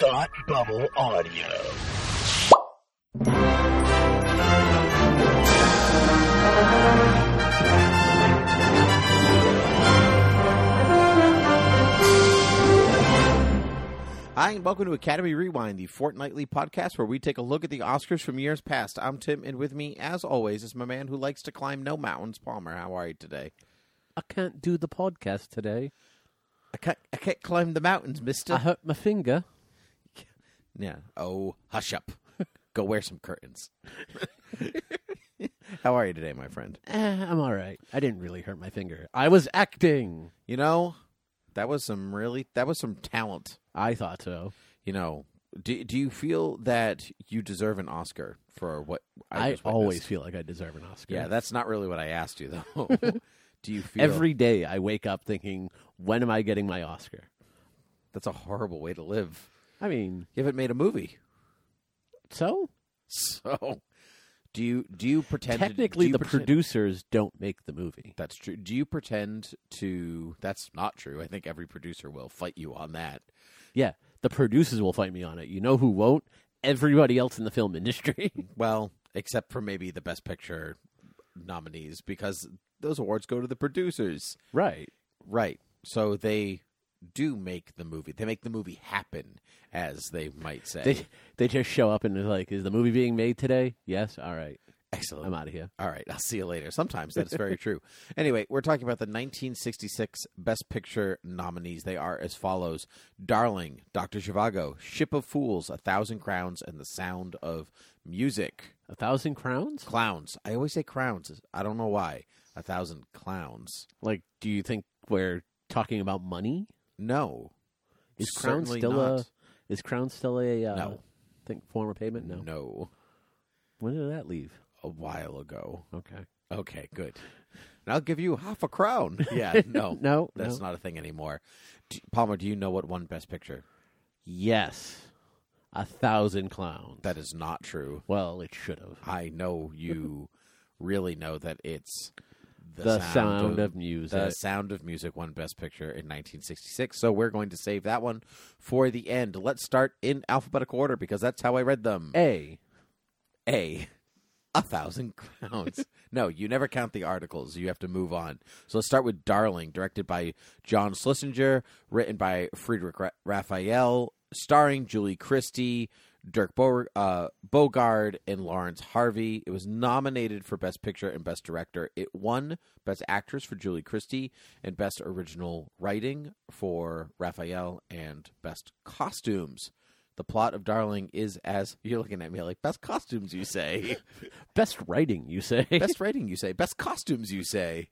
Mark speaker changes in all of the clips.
Speaker 1: Thought Bubble Audio.
Speaker 2: Hi, and welcome to Academy Rewind, the fortnightly podcast where we take a look at the Oscars from years past. I'm Tim, and with me, as always, is my man who likes to climb no mountains, Palmer. How are you today?
Speaker 3: I can't do the podcast today.
Speaker 2: I can't, I can't climb the mountains, mister.
Speaker 3: I hurt my finger.
Speaker 2: Uh-huh. yeah. Oh, hush up. Go wear some curtains. How are you today, my friend?
Speaker 3: Eh, I'm all right. I didn't really hurt my finger. I was acting.
Speaker 2: You know, that was some really, that was some talent.
Speaker 3: I thought so.
Speaker 2: You know, do, do you feel that you deserve an Oscar for what I,
Speaker 3: I,
Speaker 2: just witnessed?
Speaker 3: always feel like I deserve an Oscar.
Speaker 2: Yeah, that's not really what I asked you though. Do you feel
Speaker 3: Every day I wake up thinking, when am I getting my Oscar?
Speaker 2: that's a horrible way to live?
Speaker 3: I mean,
Speaker 2: You haven't made a movie,
Speaker 3: so
Speaker 2: so do you? Do you pretend? to- do
Speaker 3: technically
Speaker 2: you
Speaker 3: the
Speaker 2: pretend-
Speaker 3: producers don't make the movie.
Speaker 2: That's true. Do you pretend to? That's not true. I think every producer will fight you on that.
Speaker 3: Yeah, the producers will fight me on it. You know who won't? Everybody else in the film industry.
Speaker 2: Well, except for maybe the Best Picture nominees, because those awards go to the producers,
Speaker 3: right.
Speaker 2: right? So they do make the movie. They make the movie happen, as they might say.
Speaker 3: They they just show up and they're like, is the movie being made today? Yes. All right.
Speaker 2: Excellent.
Speaker 3: I'm out of here.
Speaker 2: All right, I'll see you later. Sometimes that's very true. Anyway, we're talking about the 1966 Best Picture nominees. They are as follows Darling, Dr. Zhivago, Ship of Fools, A Thousand Crowns, and The Sound of Music.
Speaker 3: A thousand crowns?
Speaker 2: Clowns. I always say crowns. I don't know why. A Thousand Clowns.
Speaker 3: Like, do you think we're talking about money?
Speaker 2: No.
Speaker 3: Is crown
Speaker 2: Certainly
Speaker 3: still
Speaker 2: not.
Speaker 3: a is crown still a uh,
Speaker 2: No.
Speaker 3: think form of payment? No.
Speaker 2: No.
Speaker 3: When did that leave?
Speaker 2: A while ago.
Speaker 3: Okay.
Speaker 2: Okay, good. And I'll give you half a crown. Yeah, no.
Speaker 3: No,
Speaker 2: Oh, That's
Speaker 3: no.
Speaker 2: not a thing anymore. Do, Palmer, do you know what won Best Picture?
Speaker 3: Yes, a thousand clowns.
Speaker 2: That Ah, is not true.
Speaker 3: well, it should have.
Speaker 2: I know you really know that it's
Speaker 3: The, sound, of, music.
Speaker 2: the sound of music won Best Picture in 1966. So we're going to save that one for the end. Let's start in alphabetical order because that's how I read them.
Speaker 3: a.
Speaker 2: A, a thousand crowns. no, you never count the articles. You have to move on. So let's start with Darling, directed by John Schlesinger, written by Friedrich Ra- Raphael, starring Julie Christie, Dirk Bo- uh, Bogard, and Lawrence Harvey. It was nominated for Best Picture and Best Director. It won Best Actress for Julie Christie and Best Original Writing for Raphael and Best Costumes. The plot of Darling is as you're looking at me like best costumes you say,
Speaker 3: Best writing, you say?
Speaker 2: best writing you say, best costumes you say.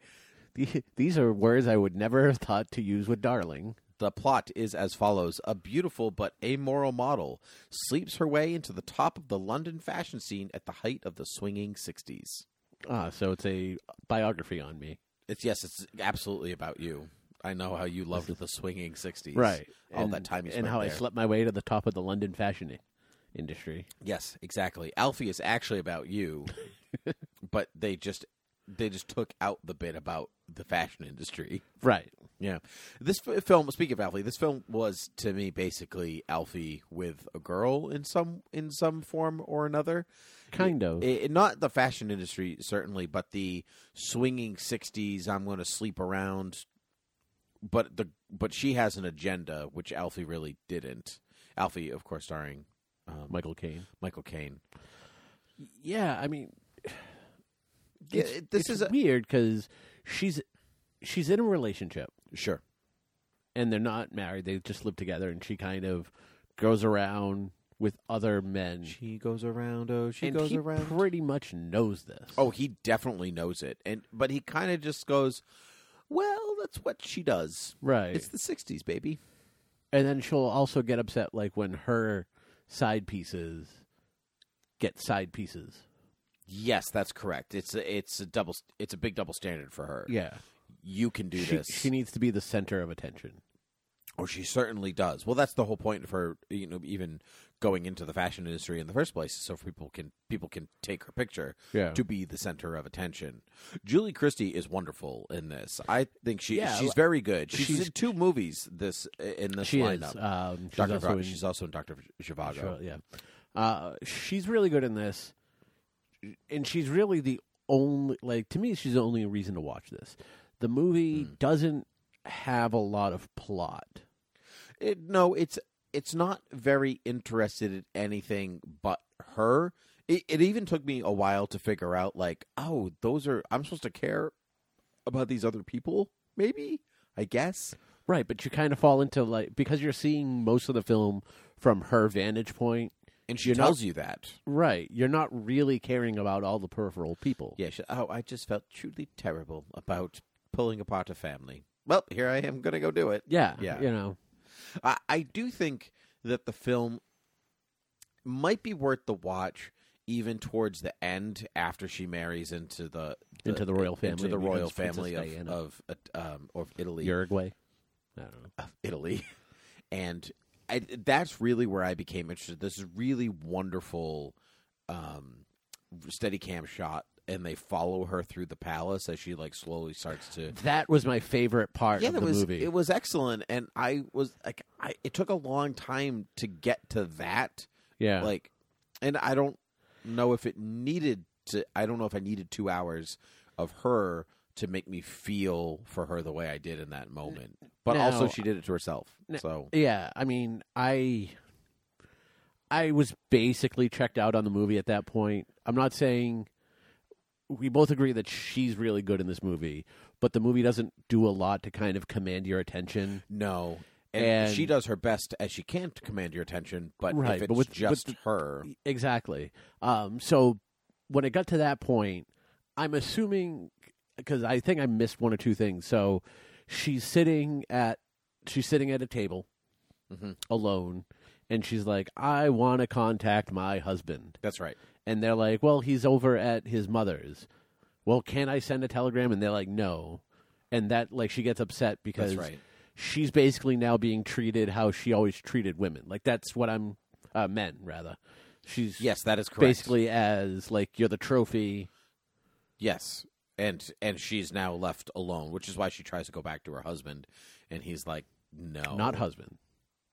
Speaker 3: These are words I would never have thought to use with darling.
Speaker 2: The plot is as follows A beautiful but amoral model sleeps her way into the top of the London fashion scene at the height of the swinging 60s.
Speaker 3: Ah, so it's a biography on me.
Speaker 2: It's yes, it's absolutely about you. I know how you loved the swinging 60s. All
Speaker 3: and,
Speaker 2: that time you spent
Speaker 3: and how I
Speaker 2: there.
Speaker 3: slept my way to the top of the London fashion i- industry.
Speaker 2: Yes, exactly. Alfie is actually about you, but they just they just took out the bit about the fashion industry.
Speaker 3: Right.
Speaker 2: Yeah, this f- film. Speaking of Alfie, this film was to me basically Alfie with a girl in some in some form or another.
Speaker 3: Kind of.
Speaker 2: I I- not the fashion industry certainly, but the swinging '60s. I'm going to sleep around, but the but she has an agenda which Alfie really didn't. Alfie, of course, starring um,
Speaker 3: Michael Caine.
Speaker 2: Michael Caine.
Speaker 3: Yeah, I mean,
Speaker 2: Yeah,
Speaker 3: it's-
Speaker 2: it- this
Speaker 3: it's
Speaker 2: is a-
Speaker 3: weird because she's she's in a relationship
Speaker 2: Sure.
Speaker 3: and they're not married; they just live together, and she kind of goes around with other men.
Speaker 2: She goes around. Oh, she
Speaker 3: and he pretty much knows this.
Speaker 2: Oh, he definitely knows it, and but he kind of just goes, "Well, that's what she does."
Speaker 3: right.
Speaker 2: It's the '60s, baby.
Speaker 3: and then she'll also get upset, like when her side pieces get side pieces.
Speaker 2: Yes, that's correct. It's a, it's a double. It's a big double standard for her.
Speaker 3: Yeah,
Speaker 2: you can e do
Speaker 3: she,
Speaker 2: this.
Speaker 3: she needs to be the center of attention.
Speaker 2: Or she certainly does. Well, that's the whole point of her, you know, even going into the fashion industry in the first place, is so people can people can take her picture
Speaker 3: Yeah.
Speaker 2: to be the center of attention. Julie Christie is wonderful in this. I think she
Speaker 3: Yeah,
Speaker 2: she's
Speaker 3: l-
Speaker 2: very good. She's,
Speaker 3: she's-
Speaker 2: in two movies this in this
Speaker 3: She
Speaker 2: lineup.
Speaker 3: is. Um, she's
Speaker 2: Doctor,
Speaker 3: also
Speaker 2: Vra-
Speaker 3: in-
Speaker 2: she's also in Doctor Zhivago.
Speaker 3: Sure, yeah. Uh, she's really good in this, and she's really the only like to me. She's the only reason to watch this. The movie
Speaker 2: Hmm.
Speaker 3: doesn't have a lot of plot.
Speaker 2: It, no, it's it's not very interested in anything but her. It, it even took me a while to figure out, like, oh, those are I'm supposed to care about these other people. Maybe I guess.
Speaker 3: Right, but you kind of fall into like because you're seeing most of the film from her vantage point.
Speaker 2: And she
Speaker 3: You're not-
Speaker 2: tells you that.
Speaker 3: Right, you're not really caring about all the peripheral people.
Speaker 2: Yeah. She, oh, I just felt truly terrible about pulling apart a family. Well, here I am going to go do it.
Speaker 3: yeah,
Speaker 2: Yeah.
Speaker 3: You know,
Speaker 2: I, I do think that the film might be worth the watch, even towards the end after she marries into the,
Speaker 3: Into the royal
Speaker 2: into
Speaker 3: family
Speaker 2: the
Speaker 3: and
Speaker 2: royal
Speaker 3: becomes Princess
Speaker 2: family of
Speaker 3: Diana.
Speaker 2: of, uh, um, of Italy,
Speaker 3: Uruguay. I don't know.
Speaker 2: of Italy, and I, that's really where I became interested. This is really wonderful, um, steady cam shot. And they follow her through the palace as she like slowly starts to
Speaker 3: That was my favorite part
Speaker 2: yeah,
Speaker 3: of
Speaker 2: that
Speaker 3: the
Speaker 2: was
Speaker 3: movie.
Speaker 2: it was excellent, and I was like, I it took a long time to get to that,
Speaker 3: yeah,
Speaker 2: like, and I don't know if it needed to. I don't know if I needed two hours of her to make me feel for her the way I did in that moment. But also,
Speaker 3: Now-
Speaker 2: she did it to herself,
Speaker 3: N-
Speaker 2: so
Speaker 3: Yeah, I mean, I I was basically checked out on the movie at that point. I'm not saying we both agree that she's really good in this movie, but the movie doesn't do a lot to kind of command your attention.
Speaker 2: no. And,
Speaker 3: And-
Speaker 2: she does her best as she can to command your attention, but
Speaker 3: Right,
Speaker 2: if it's
Speaker 3: but with-
Speaker 2: just
Speaker 3: with-
Speaker 2: her,
Speaker 3: E, Exactly. Um, so when it got to that point, I'm assuming because I think I missed one or two things. So she's sitting at she's sitting at a table
Speaker 2: Mhm.
Speaker 3: alone, and she's like, "I want to contact my husband."
Speaker 2: that's right.
Speaker 3: and they're like, "Well, he's over at his mother's." Well, can I send a telegram? And they're like, "No," and that like she gets upset because
Speaker 2: right.
Speaker 3: she's basically now being treated how she always treated women. Like that's what I'm uh, men rather. She's
Speaker 2: Yes, that is correct.
Speaker 3: basically as like you're the trophy.
Speaker 2: Yes. And and she's now left alone, which is why she tries to go back to her husband and he's like, No.
Speaker 3: not husband.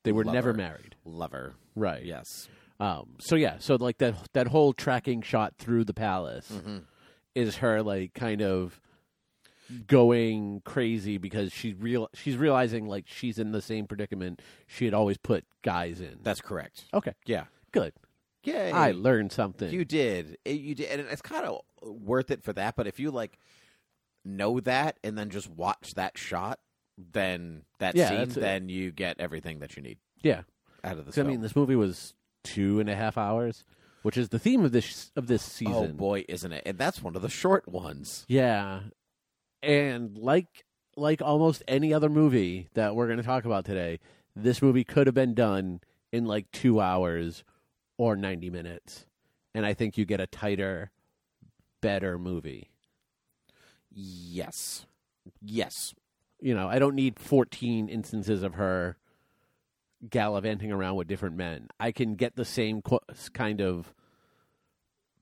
Speaker 3: They were never
Speaker 2: Lover.
Speaker 3: married,
Speaker 2: lover.
Speaker 3: right?
Speaker 2: Yes.
Speaker 3: Um. So yeah. So like that that whole tracking shot through the palace
Speaker 2: Mm-hmm.
Speaker 3: is her like kind of going crazy because she's real she's realizing like she's in the same predicament she had always put guys in.
Speaker 2: That's correct.
Speaker 3: okay.
Speaker 2: Yeah.
Speaker 3: Good.
Speaker 2: Yay.
Speaker 3: I learned something.
Speaker 2: you did. It- you did and it's kind of worth it for that, but if you like know that and then just watch that shot, then that
Speaker 3: Yeah,
Speaker 2: scene,
Speaker 3: that's it.
Speaker 2: then you get everything that you need
Speaker 3: yeah.
Speaker 2: out of the
Speaker 3: 'Cause, I mean, this movie was two and a half hours, which is the theme of this of this season.
Speaker 2: oh boy, isn't it? And that's one of the short ones.
Speaker 3: Yeah. And like like almost any other movie that we're going to talk about today, this movie could have been done in like 2 hours or 90 minutes. And I think you get a tighter better movie.
Speaker 2: Yes. Yes.
Speaker 3: You know, I don't need 14 instances of her gallivanting around with different men. I can get the same qu- kind of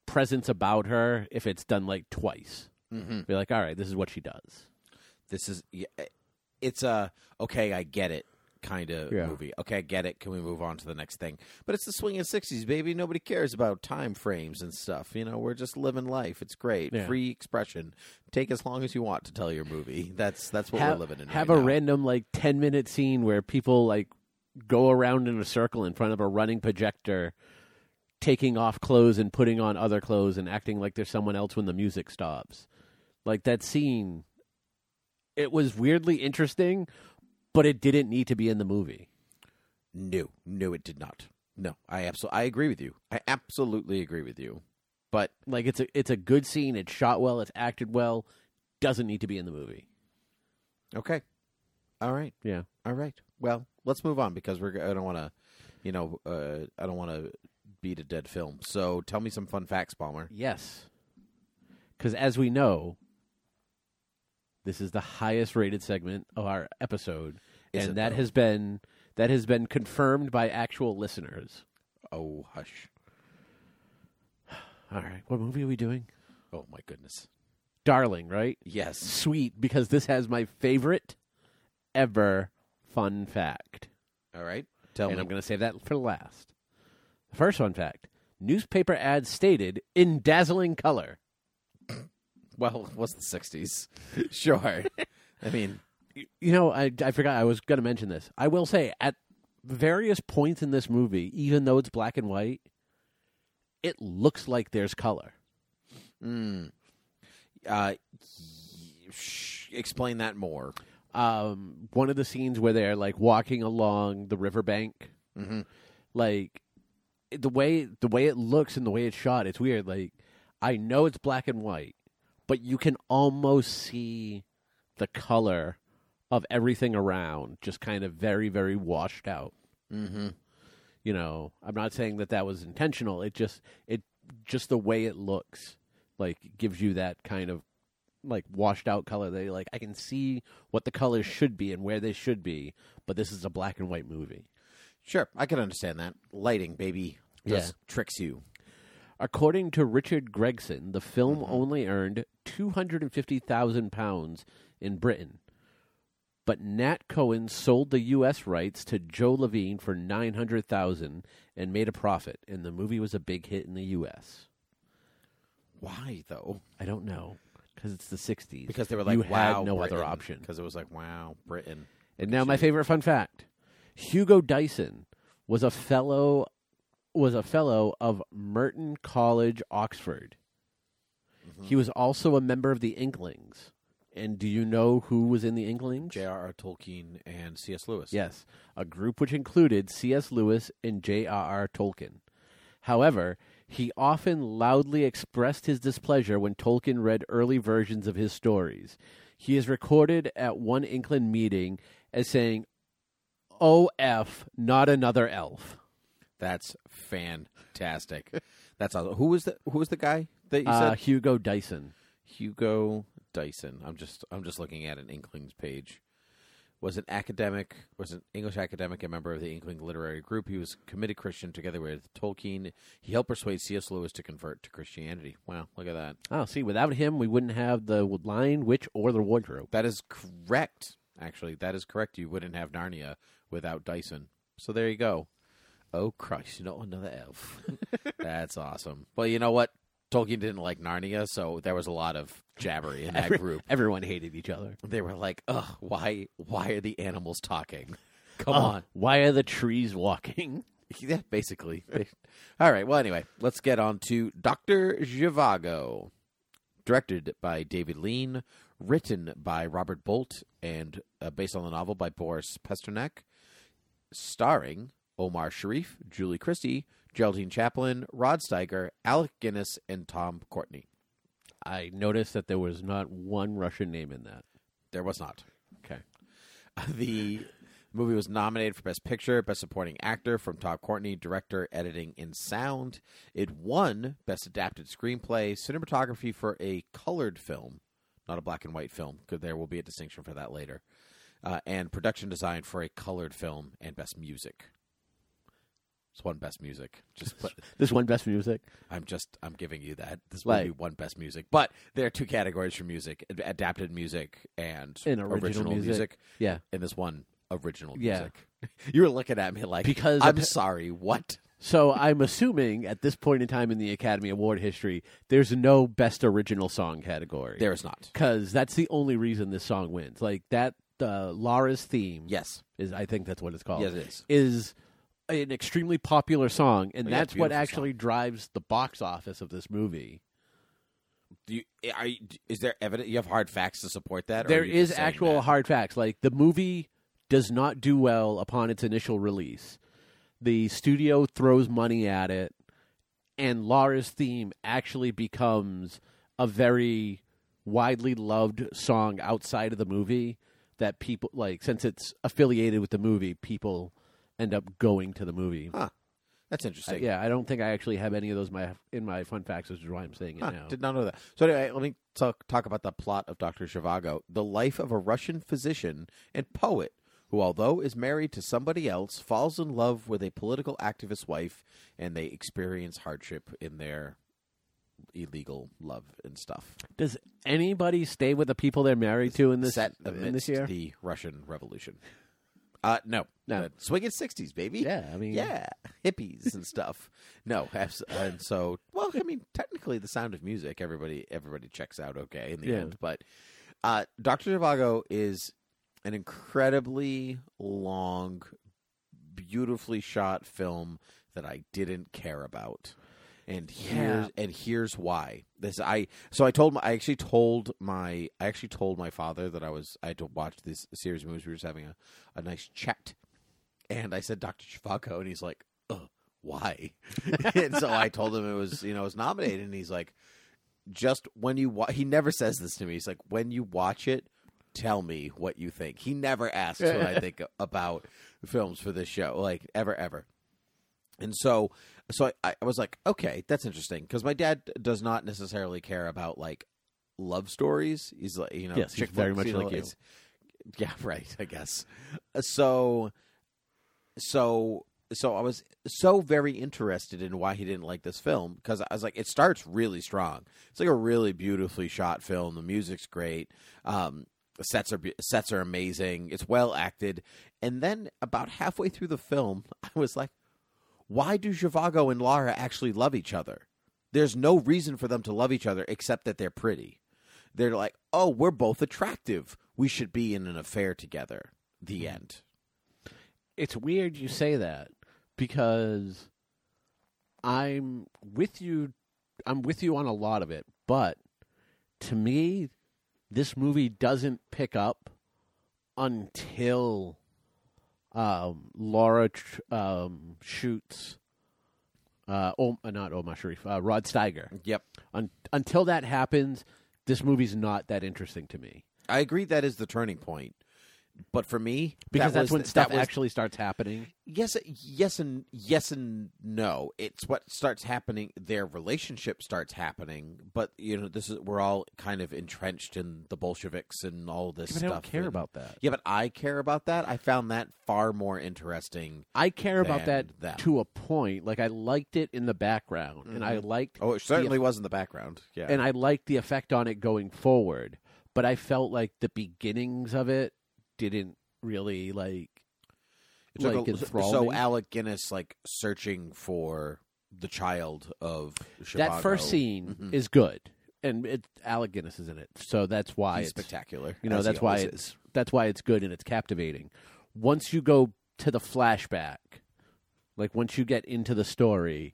Speaker 3: presence about her if it's done like twice.
Speaker 2: Mm-hmm.
Speaker 3: Be like, "All right, this is what she does."
Speaker 2: this is yeah, it's a okay i get it kind of
Speaker 3: Yeah.
Speaker 2: movie okay i get it can we move on to the next thing but it's the swinging 60s baby nobody cares about time frames and stuff you know we're just living life it's great
Speaker 3: Yeah.
Speaker 2: free expression take as long as you want to tell your movie that's that's what
Speaker 3: have,
Speaker 2: we're living in
Speaker 3: have
Speaker 2: right
Speaker 3: a
Speaker 2: now.
Speaker 3: random like 10 minute scene where people like go around in a circle in front of a running projector taking off clothes and putting on other clothes and acting like there's someone else when the music stops like that scene it was weirdly interesting but it didn't need to be in the movie
Speaker 2: no no it did not no i absolutely i agree with you i absolutely agree with you but
Speaker 3: like it's a it's a good scene it's shot well it's acted well doesn't need to be in the movie
Speaker 2: okay all right
Speaker 3: yeah
Speaker 2: All right. Well, let's move on because we're. g- I don't want to, you know, uh, I don't want to beat a dead film. So tell me some fun facts, Palmer.
Speaker 3: Yes. Because as we know, this is the highest rated segment of our episode,
Speaker 2: Is it,
Speaker 3: and that
Speaker 2: though?
Speaker 3: has been that has been confirmed by actual listeners.
Speaker 2: Oh, hush.
Speaker 3: All right, what movie are we doing?
Speaker 2: Oh, my goodness.
Speaker 3: Darling, right?
Speaker 2: Yes.
Speaker 3: Sweet, because this has my favorite ever fun fact.
Speaker 2: All right. Tell
Speaker 3: and
Speaker 2: me.
Speaker 3: I'm going to save that for last. First fun fact newspaper ads stated in dazzling color.
Speaker 2: Well, it was the 60s. sure. I mean,
Speaker 3: Y- You know, I, I forgot I was going to mention this. I will say, at various points in this movie, even though it's black and white, it looks like there's color.
Speaker 2: mm, uh, y- sh- explain that more.
Speaker 3: Um, one of the scenes where they're like walking along the riverbank,
Speaker 2: Mm-hmm.
Speaker 3: like the way the way it looks and the way it's shot, it's weird. Like I know it's black and white, but you can almost see the color of everything around, just kind of very very washed out.
Speaker 2: Mm-hmm.
Speaker 3: You know, I'm not saying that that was intentional. It just it just the way it looks like gives you that kind of like washed out color. They like I can see what the colors should be and where they should be, but this is a black and white movie.
Speaker 2: Sure. I can understand that. Lighting, baby, just tricks you.
Speaker 3: According to Richard Gregson, the film only earned two hundred and fifty thousand pounds in Britain, but Nat Cohen sold the U.S. rights to Joe Levine for nine hundred thousand and made a profit, and the movie was a big hit in the U.S.
Speaker 2: Why, though?
Speaker 3: I don't know because it's the '60s.
Speaker 2: Because they were like,
Speaker 3: you
Speaker 2: wow.
Speaker 3: had no other
Speaker 2: Britain.
Speaker 3: option.
Speaker 2: Because it was like, wow, Britain.
Speaker 3: And now my favorite fun fact: Hugo Dyson was a fellow was a fellow of Merton College, Oxford.
Speaker 2: Mm-hmm.
Speaker 3: He was also a member of the Inklings. And do you know who was in the Inklings?
Speaker 2: J.R.R. Tolkien and C.S. Lewis.
Speaker 3: Yes, a group which included C.S. Lewis and J.R.R. Tolkien. However, he often loudly expressed his displeasure when Tolkien read early versions of his stories. He is recorded at one Inkland meeting as saying, "O.F. Not another elf."
Speaker 2: That's fantastic. That's awesome. Who was the Who was the guy that you
Speaker 3: Uh,
Speaker 2: said?
Speaker 3: Hugo Dyson.
Speaker 2: Hugo Dyson. I'm just I'm just looking at an Inklings page. Was an academic, was an English academic and member of the Inkling literary group. He was committed Christian together with Tolkien. He helped persuade C.S. Lewis to convert to Christianity. Wow, look at that.
Speaker 3: Oh, see, without him, we wouldn't have the Lion, Witch, or the Wardrobe.
Speaker 2: That is correct. Actually, that is correct. You wouldn't have Narnia without Dyson. So there you go. Oh Christ, you know another elf. That's awesome. Well, you know what? Tolkien didn't like Narnia, so there was a lot of jabbery in that group.
Speaker 3: Everyone hated each other.
Speaker 2: They were like, "Ugh, why? Why are the animals talking? Come
Speaker 3: Oh,
Speaker 2: on!"
Speaker 3: why are the trees walking?
Speaker 2: Yeah, basically. They- All right. Well, anyway, let's get on to Doctor Zhivago, directed by David Lean, written by Robert Bolt, and uh, based on the novel by Boris Pasternak, starring Omar Sharif, Julie Christie, Geraldine Chaplin, Rod Steiger, Alec Guinness, and Tom Courtney.
Speaker 3: I noticed that there was not one Russian name in that.
Speaker 2: There was not.
Speaker 3: Okay.
Speaker 2: the movie was nominated for Best Picture, Best Supporting Actor from Todd Courtney, Director, Editing, and Sound. It won Best Adapted Screenplay, Cinematography for a colored film, not a black and white film, because there will be a distinction for that later, uh, and Production Design for a colored film, and Best Music. It's one Best Music. Just put,
Speaker 3: This one best music.
Speaker 2: I'm just I'm giving you that. This will be
Speaker 3: Like-
Speaker 2: one best music, but there are two categories for music: ad- adapted music and,
Speaker 3: And original music. Yeah.
Speaker 2: and this one original
Speaker 3: Yeah.
Speaker 2: music. You were looking at me like
Speaker 3: Because
Speaker 2: I'm
Speaker 3: appa-
Speaker 2: sorry, what?
Speaker 3: So I'm assuming at this point in time in the Academy Award history, there's no best original song category.
Speaker 2: There is not.
Speaker 3: Because that's the only reason this song wins. Like that, uh, Lara's theme
Speaker 2: Yes.
Speaker 3: is, I think that's what it's called.
Speaker 2: Yes, it is.
Speaker 3: Is an extremely popular song, and
Speaker 2: Oh, yeah,
Speaker 3: that's what
Speaker 2: beautiful
Speaker 3: actually drives the box office of this movie.
Speaker 2: Do you, eh, are you, is there evidence you have hard facts to support that? or
Speaker 3: There
Speaker 2: are you just
Speaker 3: is
Speaker 2: saying
Speaker 3: actual
Speaker 2: that?
Speaker 3: hard facts. Like the movie does not do well upon its initial release. The studio throws money at it, and Lara's theme actually becomes a very widely loved song outside of the movie that people like since it's affiliated with the movie, people end up going to the movie.
Speaker 2: Huh. That's interesting.
Speaker 3: yeah, I don't think I actually have any of those my in my fun facts, which is why I'm saying it
Speaker 2: Huh,
Speaker 3: now.
Speaker 2: Did not know that. So anyway, let me talk talk about the plot of Doctor Shivago, the life of a Russian physician and poet who, although is married to somebody else, falls in love with a political activist wife, and they experience hardship in their illegal love and stuff.
Speaker 3: Does anybody stay with the people they're married to in this
Speaker 2: set amidst
Speaker 3: in this year?
Speaker 2: the Russian Revolution. Uh, no,
Speaker 3: No.
Speaker 2: Uh, swinging sixties, baby.
Speaker 3: Yeah, I mean-
Speaker 2: yeah, hippies and stuff. No, abs- and so well, I mean, technically, the Sound of Music, everybody, everybody checks out okay in the
Speaker 3: Yeah.
Speaker 2: end, but uh, Doctor Zhivago is an incredibly long, beautifully shot film that I didn't care about. And here's and here's why. This I so I told my I actually told my I actually told my father that I was I had to watch this series of movies. We were just having a, a nice chat. And I said Dr. Chivago and he's like, Ugh, why? and so I told him it was you know, it was nominated and he's like just when you wa- he never says this to me. He's like, when you watch it, tell me what you think. He never asks what I think about films for this show, like ever, ever. And so, so I, I was like, okay, that's interesting because my dad does not necessarily care about like love stories. He's like, you know,
Speaker 3: Yes, he's
Speaker 2: chick
Speaker 3: very
Speaker 2: flicks,
Speaker 3: much
Speaker 2: you know,
Speaker 3: like you.
Speaker 2: it's- Yeah, right. I guess. So, so, so I was so very interested in why he didn't like this film because I was like, it starts really strong. It's like a really beautifully shot film. The music's great. Um, the sets are be- sets are amazing. It's well acted. And then about halfway through the film, I was like, why do Zhivago and Lara actually love each other? There's no reason for them to love each other except that they're pretty. They're like, oh, we're both attractive. We should be in an affair together.
Speaker 3: Hmm.
Speaker 2: The end.
Speaker 3: it's weird you say that because I'm with you I'm with you on a lot of it, but to me this movie doesn't pick up until um, Laura tr- um, shoots uh, Om- uh, not Omar Sharif, uh, Rod Steiger.
Speaker 2: Yep.
Speaker 3: Un- until that happens, this movie's not that interesting to me
Speaker 2: I agree that is the turning point. But for me,
Speaker 3: because
Speaker 2: that
Speaker 3: that's
Speaker 2: was-
Speaker 3: when stuff
Speaker 2: that was-
Speaker 3: actually starts happening.
Speaker 2: yes uh, yes and yes and no it's what starts happening their relationship starts happening but you know this is we're all kind of entrenched in the bolsheviks and all this
Speaker 3: But I
Speaker 2: stuff
Speaker 3: don't care
Speaker 2: and-
Speaker 3: about that.
Speaker 2: yeah but i care about that i found that far more interesting
Speaker 3: I care about
Speaker 2: than
Speaker 3: that
Speaker 2: them.
Speaker 3: to a point. Like I liked it in the background, and I liked
Speaker 2: oh it certainly was in the background yeah
Speaker 3: and I liked the effect on it going forward. But I felt like the beginnings of it didn't really like
Speaker 2: It took
Speaker 3: like
Speaker 2: a-
Speaker 3: enthrall
Speaker 2: so
Speaker 3: me.
Speaker 2: alec guinness like searching for the child of
Speaker 3: that first
Speaker 2: Zhivago.
Speaker 3: scene
Speaker 2: Mhm.
Speaker 3: is good, and it, Alec Guinness is in it, so that's why
Speaker 2: He's
Speaker 3: it's
Speaker 2: spectacular
Speaker 3: you know
Speaker 2: as he
Speaker 3: that's why
Speaker 2: always
Speaker 3: it's
Speaker 2: is.
Speaker 3: that's why it's good and it's captivating. Once you go to the flashback, like once you get into the story,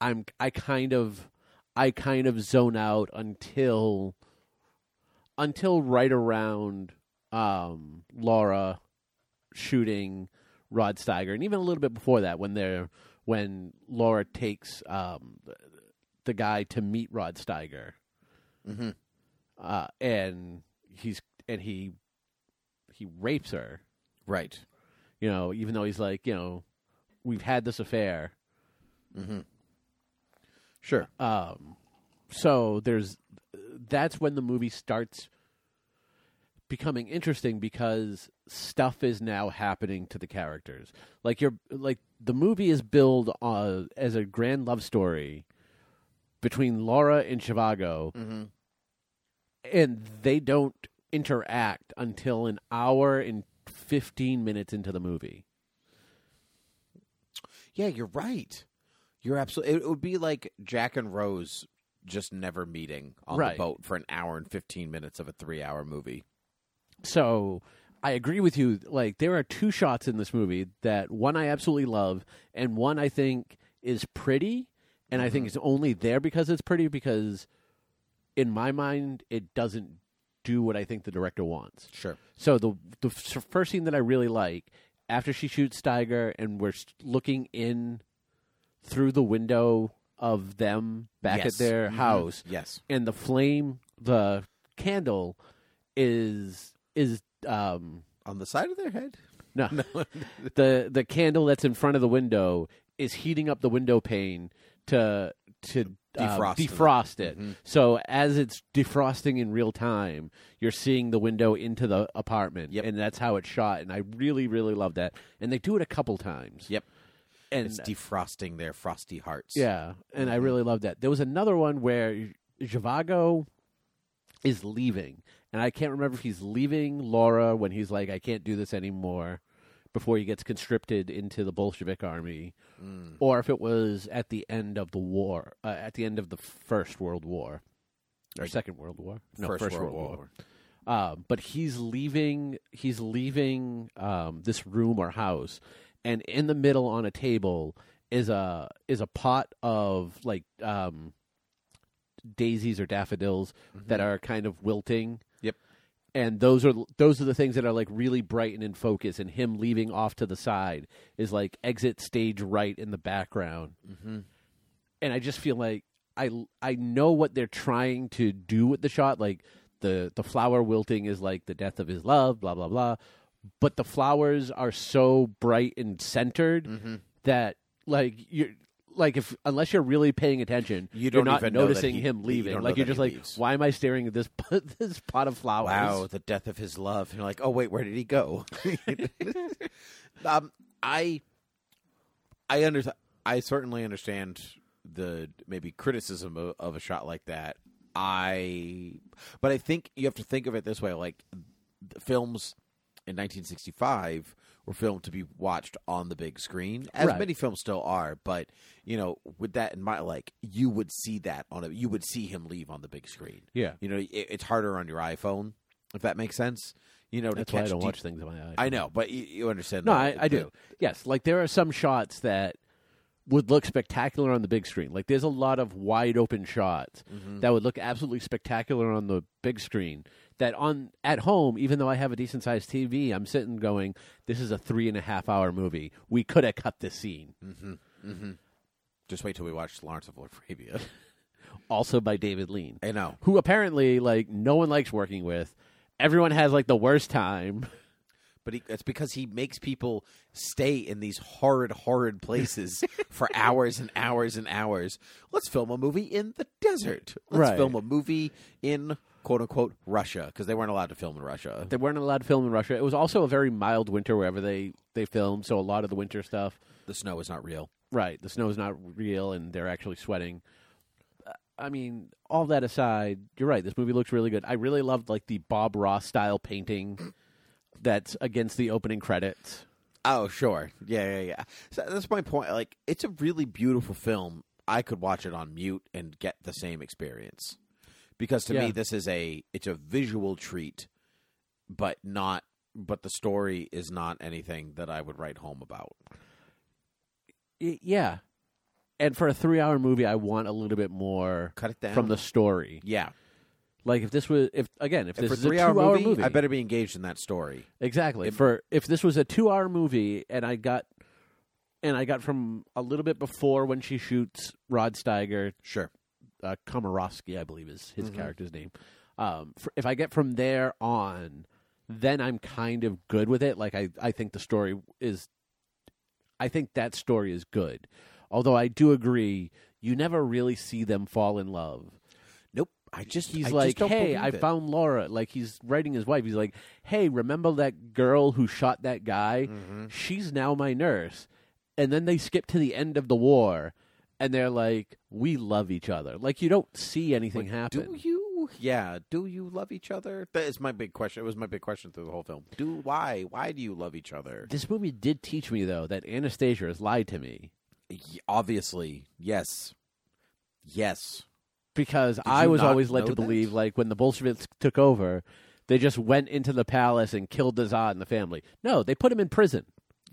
Speaker 3: I'm I kind of I kind of zone out until until right around um, Laura shooting Rod Steiger, and even a little bit before that when they're when Laura takes um, the- the guy to meet Rod Steiger
Speaker 2: Mhm.
Speaker 3: uh, and he's and he he rapes her.
Speaker 2: right
Speaker 3: You know, even though he's like, you know, we've had this affair.
Speaker 2: sure
Speaker 3: Um, so there's that's when the movie starts becoming interesting because stuff is now happening to the characters. Like you're like the movie is billed uh, as a grand love story between Laura and Chivago, and they don't interact until an hour and fifteen minutes into the movie.
Speaker 2: Yeah, you're right. You're absolutely. It would be like Jack and Rose just never meeting on
Speaker 3: Right.
Speaker 2: the boat for an hour and fifteen minutes of a three-hour movie.
Speaker 3: So I agree with you. Like there are two shots in this movie that one I absolutely love and one I think is pretty and I think it's only there because it's pretty because in my mind it doesn't do what I think the director wants.
Speaker 2: Sure.
Speaker 3: So the the f- first scene that I really like after she shoots Steiger and we're s- looking in through the window of them back
Speaker 2: Yes.
Speaker 3: at their
Speaker 2: Mhm.
Speaker 3: house
Speaker 2: Yes.
Speaker 3: and the flame the candle is is um
Speaker 2: On the side of their head.
Speaker 3: no, the the candle that's in front of the window is heating up the window pane to to um,
Speaker 2: Defrost it.
Speaker 3: defrost it.
Speaker 2: Mhm.
Speaker 3: So as it's defrosting in real time, you're seeing the window into the apartment,
Speaker 2: Yep.
Speaker 3: and that's how it's shot. And I really, really love that. And they do it a couple times.
Speaker 2: Yep.
Speaker 3: and
Speaker 2: It's defrosting their frosty hearts.
Speaker 3: yeah, and I really love that. There was another one where Zhivago is leaving, and I can't remember if he's leaving Laura when he's like, "I can't do this anymore," before he gets conscripted into the Bolshevik army,
Speaker 2: Mm.
Speaker 3: or if it was at the end of the war, uh, at the end of the First World War or Second World War, no, First, World, War. Um, but he's leaving. He's leaving um, this room or house, and in the middle on a table is a is a pot of like um, daisies or daffodils that are kind of wilting.
Speaker 2: Yep.
Speaker 3: And those are those are the things that are like really bright and in focus. And him leaving off to the side is like exit stage right in the background
Speaker 2: Mm-hmm.
Speaker 3: and I just feel like I I know what they're trying to do with the shot. Like the the flower wilting is like the death of his love, blah blah blah. But the flowers are so bright and centered
Speaker 2: Mhm.
Speaker 3: that like you're like if unless you're really paying attention,
Speaker 2: You don't
Speaker 3: are not
Speaker 2: even know that
Speaker 3: noticing
Speaker 2: he-
Speaker 3: him
Speaker 2: you
Speaker 3: leaving.
Speaker 2: don't know
Speaker 3: like you're
Speaker 2: that
Speaker 3: just
Speaker 2: he
Speaker 3: like,
Speaker 2: leaves.
Speaker 3: why am I staring at this pot, this pot of flowers?
Speaker 2: Wow, the death of his love. And you're like, oh wait, where did he go? um, I, I under, I certainly understand the maybe criticism of, of a shot like that. I, but I think you have to think of it this way: like the films in 1965 were filmed to be watched on the big screen, as
Speaker 3: Right.
Speaker 2: many films still are. But you know, with that in mind, like you would see that on a, you would see him leave on the big screen.
Speaker 3: Yeah,
Speaker 2: You know, it, it's harder on your iPhone, if that makes sense. You know, to
Speaker 3: that's why
Speaker 2: catch
Speaker 3: I don't
Speaker 2: deep-
Speaker 3: watch things on my iPhone.
Speaker 2: I know, but you, you understand.
Speaker 3: No,
Speaker 2: the-
Speaker 3: I,
Speaker 2: the-
Speaker 3: I do. Yes, like there are some shots that would look spectacular on the big screen. Like there's a lot of wide open shots
Speaker 2: Mm-hmm.
Speaker 3: that would look absolutely spectacular on the big screen. That on at home, even though I have a decent sized TV, I'm sitting going, "This is a three and a half hour movie. We could have cut this scene."
Speaker 2: Mm-hmm. Just wait till we watch Lawrence of Arabia.
Speaker 3: Also by David Lean,
Speaker 2: I know.
Speaker 3: who apparently like no one likes working with. Everyone has like the worst time.
Speaker 2: But he, it's because he makes people stay in these horrid, horrid places for hours and hours and hours. Let's film a movie in the desert. Let's
Speaker 3: Right.
Speaker 2: film a movie in quote unquote Russia because they weren't allowed to film in Russia.
Speaker 3: They weren't allowed to film in Russia. It was also a very mild winter wherever they they filmed, so a lot of the winter stuff
Speaker 2: The snow is not real.
Speaker 3: Right. The snow is not real and they're actually sweating. Uh, I mean, all that aside, you're right. This movie looks really good. I really loved like the Bob Ross style painting that's against the opening credits.
Speaker 2: Oh, sure. Yeah, yeah, yeah. So that's my point. Like, it's a really beautiful film. I could watch it on mute and get the same experience. Because to
Speaker 3: Yeah.
Speaker 2: me this is a it's a visual treat, but not but the story is not anything that I would write home about.
Speaker 3: Y- yeah. And for a 3-hour movie, I want a little bit more
Speaker 2: Cut it down.
Speaker 3: from the story.
Speaker 2: Yeah.
Speaker 3: Like if this was if again, if this
Speaker 2: for
Speaker 3: is a 2
Speaker 2: hour
Speaker 3: hour
Speaker 2: movie, I better be engaged in that story.
Speaker 3: Exactly. for if this was a two-hour movie and I got and I got from a little bit before when she shoots Rod Steiger
Speaker 2: Sure.
Speaker 3: uh, Komarovsky, I believe is his character's name. Um, fr if I get from there on, then I'm kind of good with it. Like I, I think the story is, I think that story is good. Although I do agree, you never really see them fall in love.
Speaker 2: Nope. I just
Speaker 3: He's
Speaker 2: I just
Speaker 3: like,
Speaker 2: don't
Speaker 3: hey,
Speaker 2: believe
Speaker 3: I
Speaker 2: it."
Speaker 3: found Laura. Like he's writing his wife. He's like, hey, remember that girl who shot that guy?
Speaker 2: Mm-hmm.
Speaker 3: She's now my nurse. And then they skip to the end of the war, and they're like, we love each other. Like you don't see anything happen.
Speaker 2: Do you? Yeah. Do you love each other? That is my big question. It was my big question through the whole film. Do why? Why do you love each other?
Speaker 3: This movie did teach me though that Anastasia has lied to me
Speaker 2: Y- Obviously, yes, yes.
Speaker 3: because I
Speaker 2: you
Speaker 3: was
Speaker 2: not
Speaker 3: always led
Speaker 2: know
Speaker 3: to
Speaker 2: that?
Speaker 3: believe like when the Bolsheviks took over, they just went into the palace and killed the Tsar and the family. No, they put him in prison.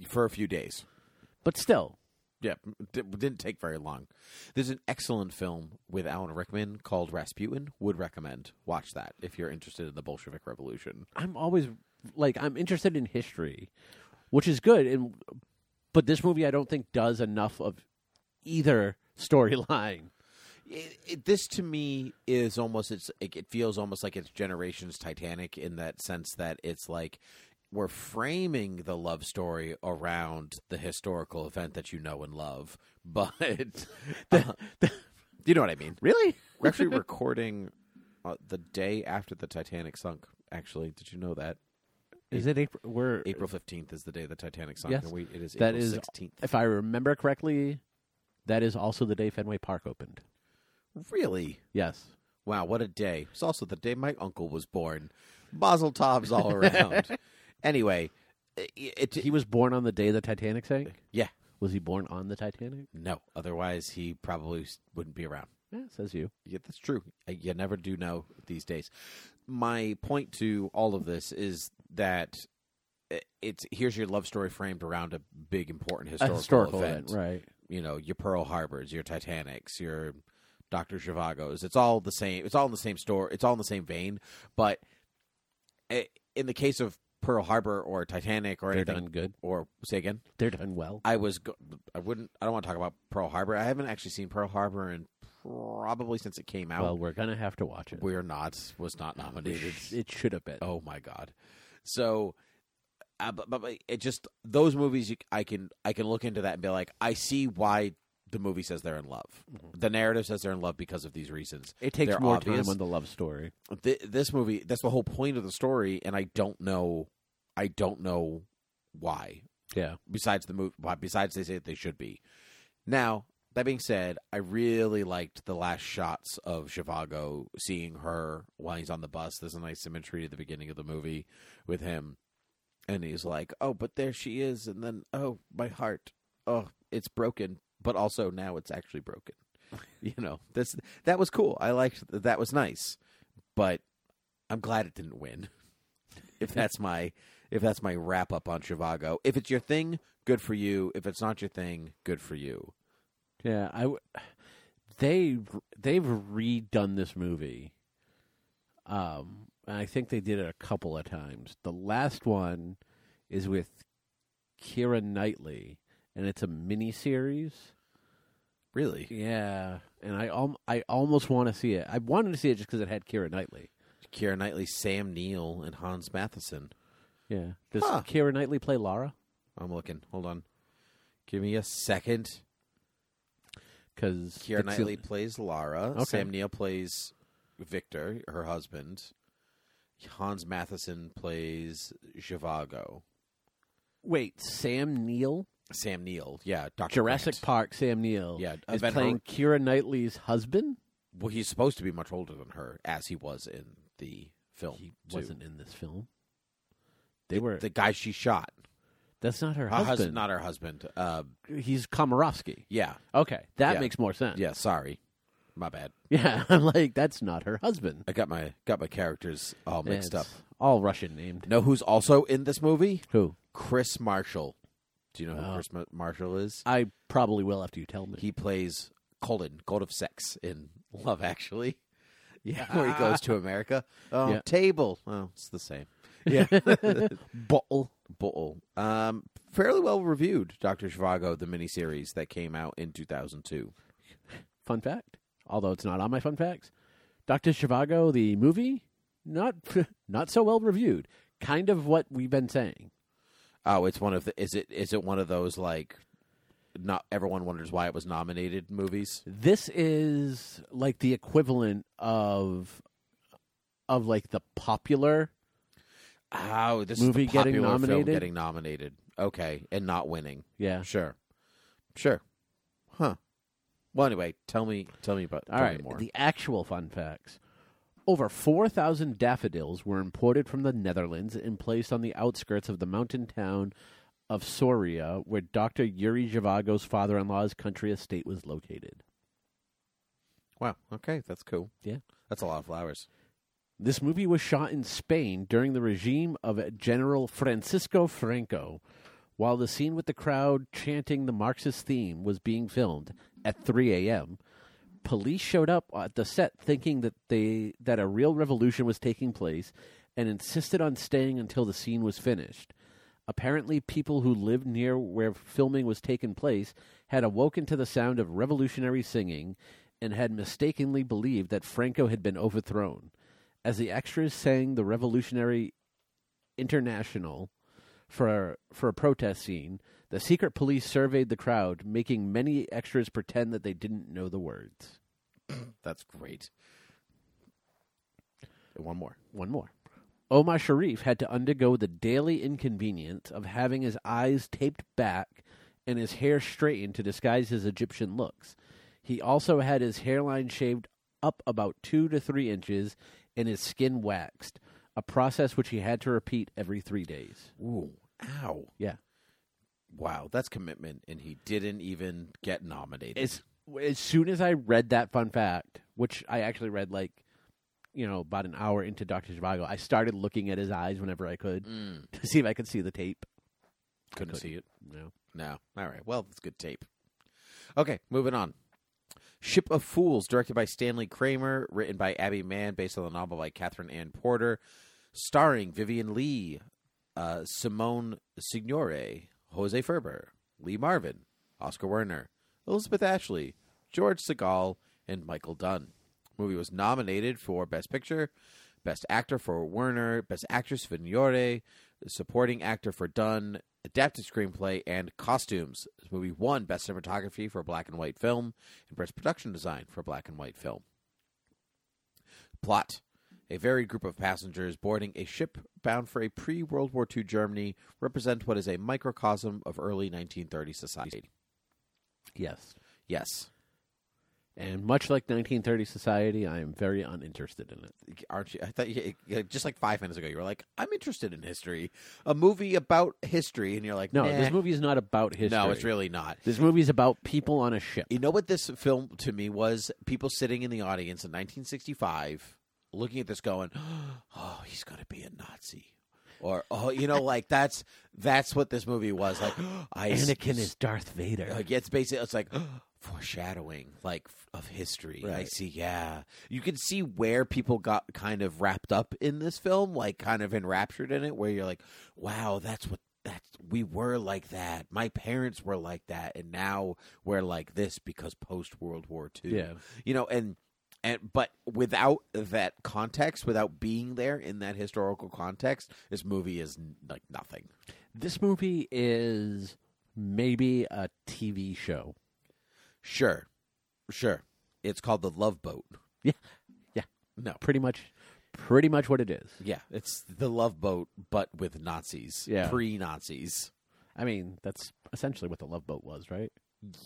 Speaker 2: For a few days.
Speaker 3: But still,
Speaker 2: Yeah, d- didn't take very long. There's an excellent film with Alan Rickman called Rasputin. Would recommend watch that if you're interested in the Bolshevik Revolution.
Speaker 3: I'm always like I'm interested in history, which is good and but this movie I don't think does enough of either storyline.
Speaker 2: It, it, this to me is almost it's it, it feels almost like it's generations Titanic in that sense that it's like we're framing the love story around the historical event that you know and love, but You know what I mean?
Speaker 3: Really?
Speaker 2: Uh-huh. We're actually recording uh, the day after the Titanic sunk. Actually, did you know that
Speaker 3: Is it April? We're
Speaker 2: April fifteenth is the day the Titanic sunk?
Speaker 3: Yes.
Speaker 2: and we, it is
Speaker 3: That
Speaker 2: April
Speaker 3: is-
Speaker 2: sixteenth.
Speaker 3: If I remember correctly, that is also the day Fenway Park opened.
Speaker 2: Really?
Speaker 3: Yes.
Speaker 2: Wow, what a day! It's also the day my uncle was born. Mazel tovs all around. anyway, it, it,
Speaker 3: He was born on the day the Titanic sank.
Speaker 2: yeah,
Speaker 3: Was he born on the Titanic?
Speaker 2: no. Otherwise, he probably s- wouldn't be around.
Speaker 3: Yeah, says you.
Speaker 2: Yeah, that's true. Uh, You never do know these days. My point to all of this is that i- it's here's your love story framed around a big important historical, event.
Speaker 3: right?
Speaker 2: You know, your Pearl Harbors, your Titanics, your Doctor Zhivago's. It's all the same. It's all in the same store. It's all in the same vein. But i- in the case of Pearl Harbor or Titanic or
Speaker 3: They're
Speaker 2: anything,
Speaker 3: done good.
Speaker 2: or say again,
Speaker 3: They're done well.
Speaker 2: I was go- I wouldn't. I don't want to talk about Pearl Harbor. I haven't actually seen Pearl Harbor in probably since it came out.
Speaker 3: Well, we're gonna have to watch it.
Speaker 2: We're not was not nominated.
Speaker 3: It should have been.
Speaker 2: oh my god! So, uh, but, but, but it just those movies you, I can I can look into that and be like, I see why the movie says they're in love. The narrative says they're in love because of these reasons.
Speaker 3: It takes
Speaker 2: They're
Speaker 3: more
Speaker 2: obvious.
Speaker 3: time on the love story.
Speaker 2: Th- this movie that's the whole point of the story, and I don't know, I don't know why
Speaker 3: Yeah.
Speaker 2: besides the movie besides they say that they should be now that being said i really liked the last shots of shivago seeing her while he's on the bus there's a nice symmetry at the beginning of the movie with him and he's like oh but there she is and then oh my heart oh it's broken but also now it's actually broken you know that's that was cool i liked that that was nice but i'm glad it didn't win if that's my if that's my wrap up on Chivago. If it's your thing, good for you. If it's not your thing, good for you.
Speaker 3: Yeah, I w- they they've redone this movie. Um, and I think they did it a couple of times. The last one is with Kira Knightley, and it's a mini series.
Speaker 2: Really,
Speaker 3: Yeah, and I al- I almost want to see it. I wanted to see it just because it had Kira Knightley.
Speaker 2: Kira Knightley, Sam Neill, and Hans Matheson.
Speaker 3: Yeah, does
Speaker 2: Huh.
Speaker 3: Kira Knightley play Lara?
Speaker 2: I'm looking. Hold on. Give me a second.
Speaker 3: Because
Speaker 2: Kira Knightley plays Lara.
Speaker 3: Okay.
Speaker 2: Sam Neill plays Victor, her husband. Hans Matheson plays Zhivago.
Speaker 3: Wait, Sam Neill,
Speaker 2: Sam Neill, yeah, Doctor
Speaker 3: Jurassic Park, Sam Neill.
Speaker 2: Yeah,
Speaker 3: is
Speaker 2: Event
Speaker 3: playing Kira Knightley's husband.
Speaker 2: Well, he's supposed to be much older than her, as he was in the film.
Speaker 3: He
Speaker 2: Oh, too.
Speaker 3: wasn't in this film. They were.
Speaker 2: the guy she shot.
Speaker 3: that's not her
Speaker 2: Her husband,
Speaker 3: husband.
Speaker 2: not her husband. Uh,
Speaker 3: He's Komarovsky.
Speaker 2: yeah,
Speaker 3: Okay, that
Speaker 2: Yeah.
Speaker 3: makes more sense.
Speaker 2: yeah. Sorry, my bad.
Speaker 3: yeah. I'm like that's not her husband.
Speaker 2: I got my got my characters all mixed
Speaker 3: It's
Speaker 2: up.
Speaker 3: All Russian named.
Speaker 2: Know who's also in this movie?
Speaker 3: Who?
Speaker 2: Chris Marshall. Do you know who
Speaker 3: Oh.
Speaker 2: Chris Ma- Marshall is?
Speaker 3: I probably will after you tell me.
Speaker 2: He plays Colin, God of Sex in Love Actually. Yeah, where he goes to America. Oh,
Speaker 3: Yeah.
Speaker 2: table. Oh, it's the same.
Speaker 3: yeah. Bottle.
Speaker 2: Bull. Um, fairly well reviewed. Doctor Zhivago, the miniseries that came out in two thousand two.
Speaker 3: Fun fact. Although it's not on my fun facts. Doctor Shivago, the movie, not not so well reviewed. Kind of what we've been saying.
Speaker 2: Oh, it's one of the. Is it is it one of those like? Not everyone wonders why it was nominated movies.
Speaker 3: This is like the equivalent of of like the popular
Speaker 2: Oh, this
Speaker 3: Movie
Speaker 2: is the
Speaker 3: getting
Speaker 2: popular
Speaker 3: nominated?
Speaker 2: film getting nominated. Okay, and not winning.
Speaker 3: Yeah.
Speaker 2: Sure, sure. Huh. Well, anyway, tell me, tell me about.
Speaker 3: All
Speaker 2: tell
Speaker 3: right.
Speaker 2: me more.
Speaker 3: The actual fun facts. Over 4,000 daffodils were imported from the Netherlands and placed on the outskirts of the mountain town of Soria, where Dr. Yuri Zhivago's father in law's country estate was located.
Speaker 2: wow. Okay, that's cool.
Speaker 3: Yeah.
Speaker 2: that's a lot of flowers.
Speaker 3: This movie was shot in Spain during the regime of General Francisco Franco, while the scene with the crowd chanting the Marxist theme was being filmed at 3 a.m. Police showed up at the set thinking that they that a real revolution was taking place and insisted on staying until the scene was finished. Apparently, people who lived near where filming was taking place had awoken to the sound of revolutionary singing and had mistakenly believed that Franco had been overthrown. As the extras sang the Revolutionary International for for a protest scene, the secret police surveyed the crowd, making many extras pretend that they didn't know the words.
Speaker 2: That's great. One more.
Speaker 3: One more. Omar Sharif had to undergo the daily inconvenience of having his eyes taped back and his hair straightened to disguise his Egyptian looks. He also had his hairline shaved up about two to three inches and his skin waxed, a process which he had to repeat every three days.
Speaker 2: Ooh. Ow.
Speaker 3: Yeah.
Speaker 2: Wow. That's commitment. And he didn't even get nominated.
Speaker 3: as as soon as I read that fun fact, which I actually read like you know about an hour into Doctor Zhivago, I started looking at his eyes whenever I could
Speaker 2: Mm,
Speaker 3: to see if I could see the tape.
Speaker 2: couldn't see it.
Speaker 3: No,
Speaker 2: No. All right. Well, it's good tape. Okay, moving on. Ship of Fools, directed by Stanley Kramer, written by Abby Mann, based on the novel by Catherine Ann Porter, starring Vivian Lee, uh, Simone Signore, Jose Ferber, Lee Marvin, Oscar Werner, Elizabeth Ashley, George Segal, and Michael Dunn. Movie was nominated for Best Picture, Best Actor for Werner, Best Actress Vignore, Supporting Actor for Dunn, Adapted Screenplay, and Costumes. This movie won Best Cinematography for a Black and White Film and Best Production Design for a Black and White Film. Plot A varied group of passengers boarding a ship bound for a pre World War II Germany represent what is a microcosm of early 1930 society.
Speaker 3: yes,
Speaker 2: Yes.
Speaker 3: and much like 1930 Society, I am very uninterested in it.
Speaker 2: aren't you? I thought you, you- just like five minutes ago, you were like, "I'm interested in history, a movie about history," and you're like,
Speaker 3: No,
Speaker 2: nah.
Speaker 3: this movie is not about history.
Speaker 2: no, it's really not."
Speaker 3: This movie is about people on a ship.
Speaker 2: You know what this film to me was? People sitting in the audience in 1965, looking at this, going, "Oh, he's going to be a Nazi," or "Oh, you know, like that's that's what this movie was." Like, I
Speaker 3: Anakin is Darth Vader.
Speaker 2: like it's basically it's like foreshadowing like f- of history i
Speaker 3: Right.
Speaker 2: see yeah you can see where people got kind of wrapped up in this film like kind of enraptured in it where you're like wow that's what that's we were like that my parents were like that and now we're like this because post world war ii
Speaker 3: yeah,
Speaker 2: you know and and but without that context without being there in that historical context this movie is n- like nothing
Speaker 3: this movie is maybe a TV show.
Speaker 2: Sure. Sure. It's called The Love Boat.
Speaker 3: Yeah. Yeah.
Speaker 2: No.
Speaker 3: Pretty much, pretty much what it is.
Speaker 2: Yeah. It's The Love Boat, but with Nazis.
Speaker 3: Yeah.
Speaker 2: Pre Nazis.
Speaker 3: I mean, that's essentially what the Love Boat was, right?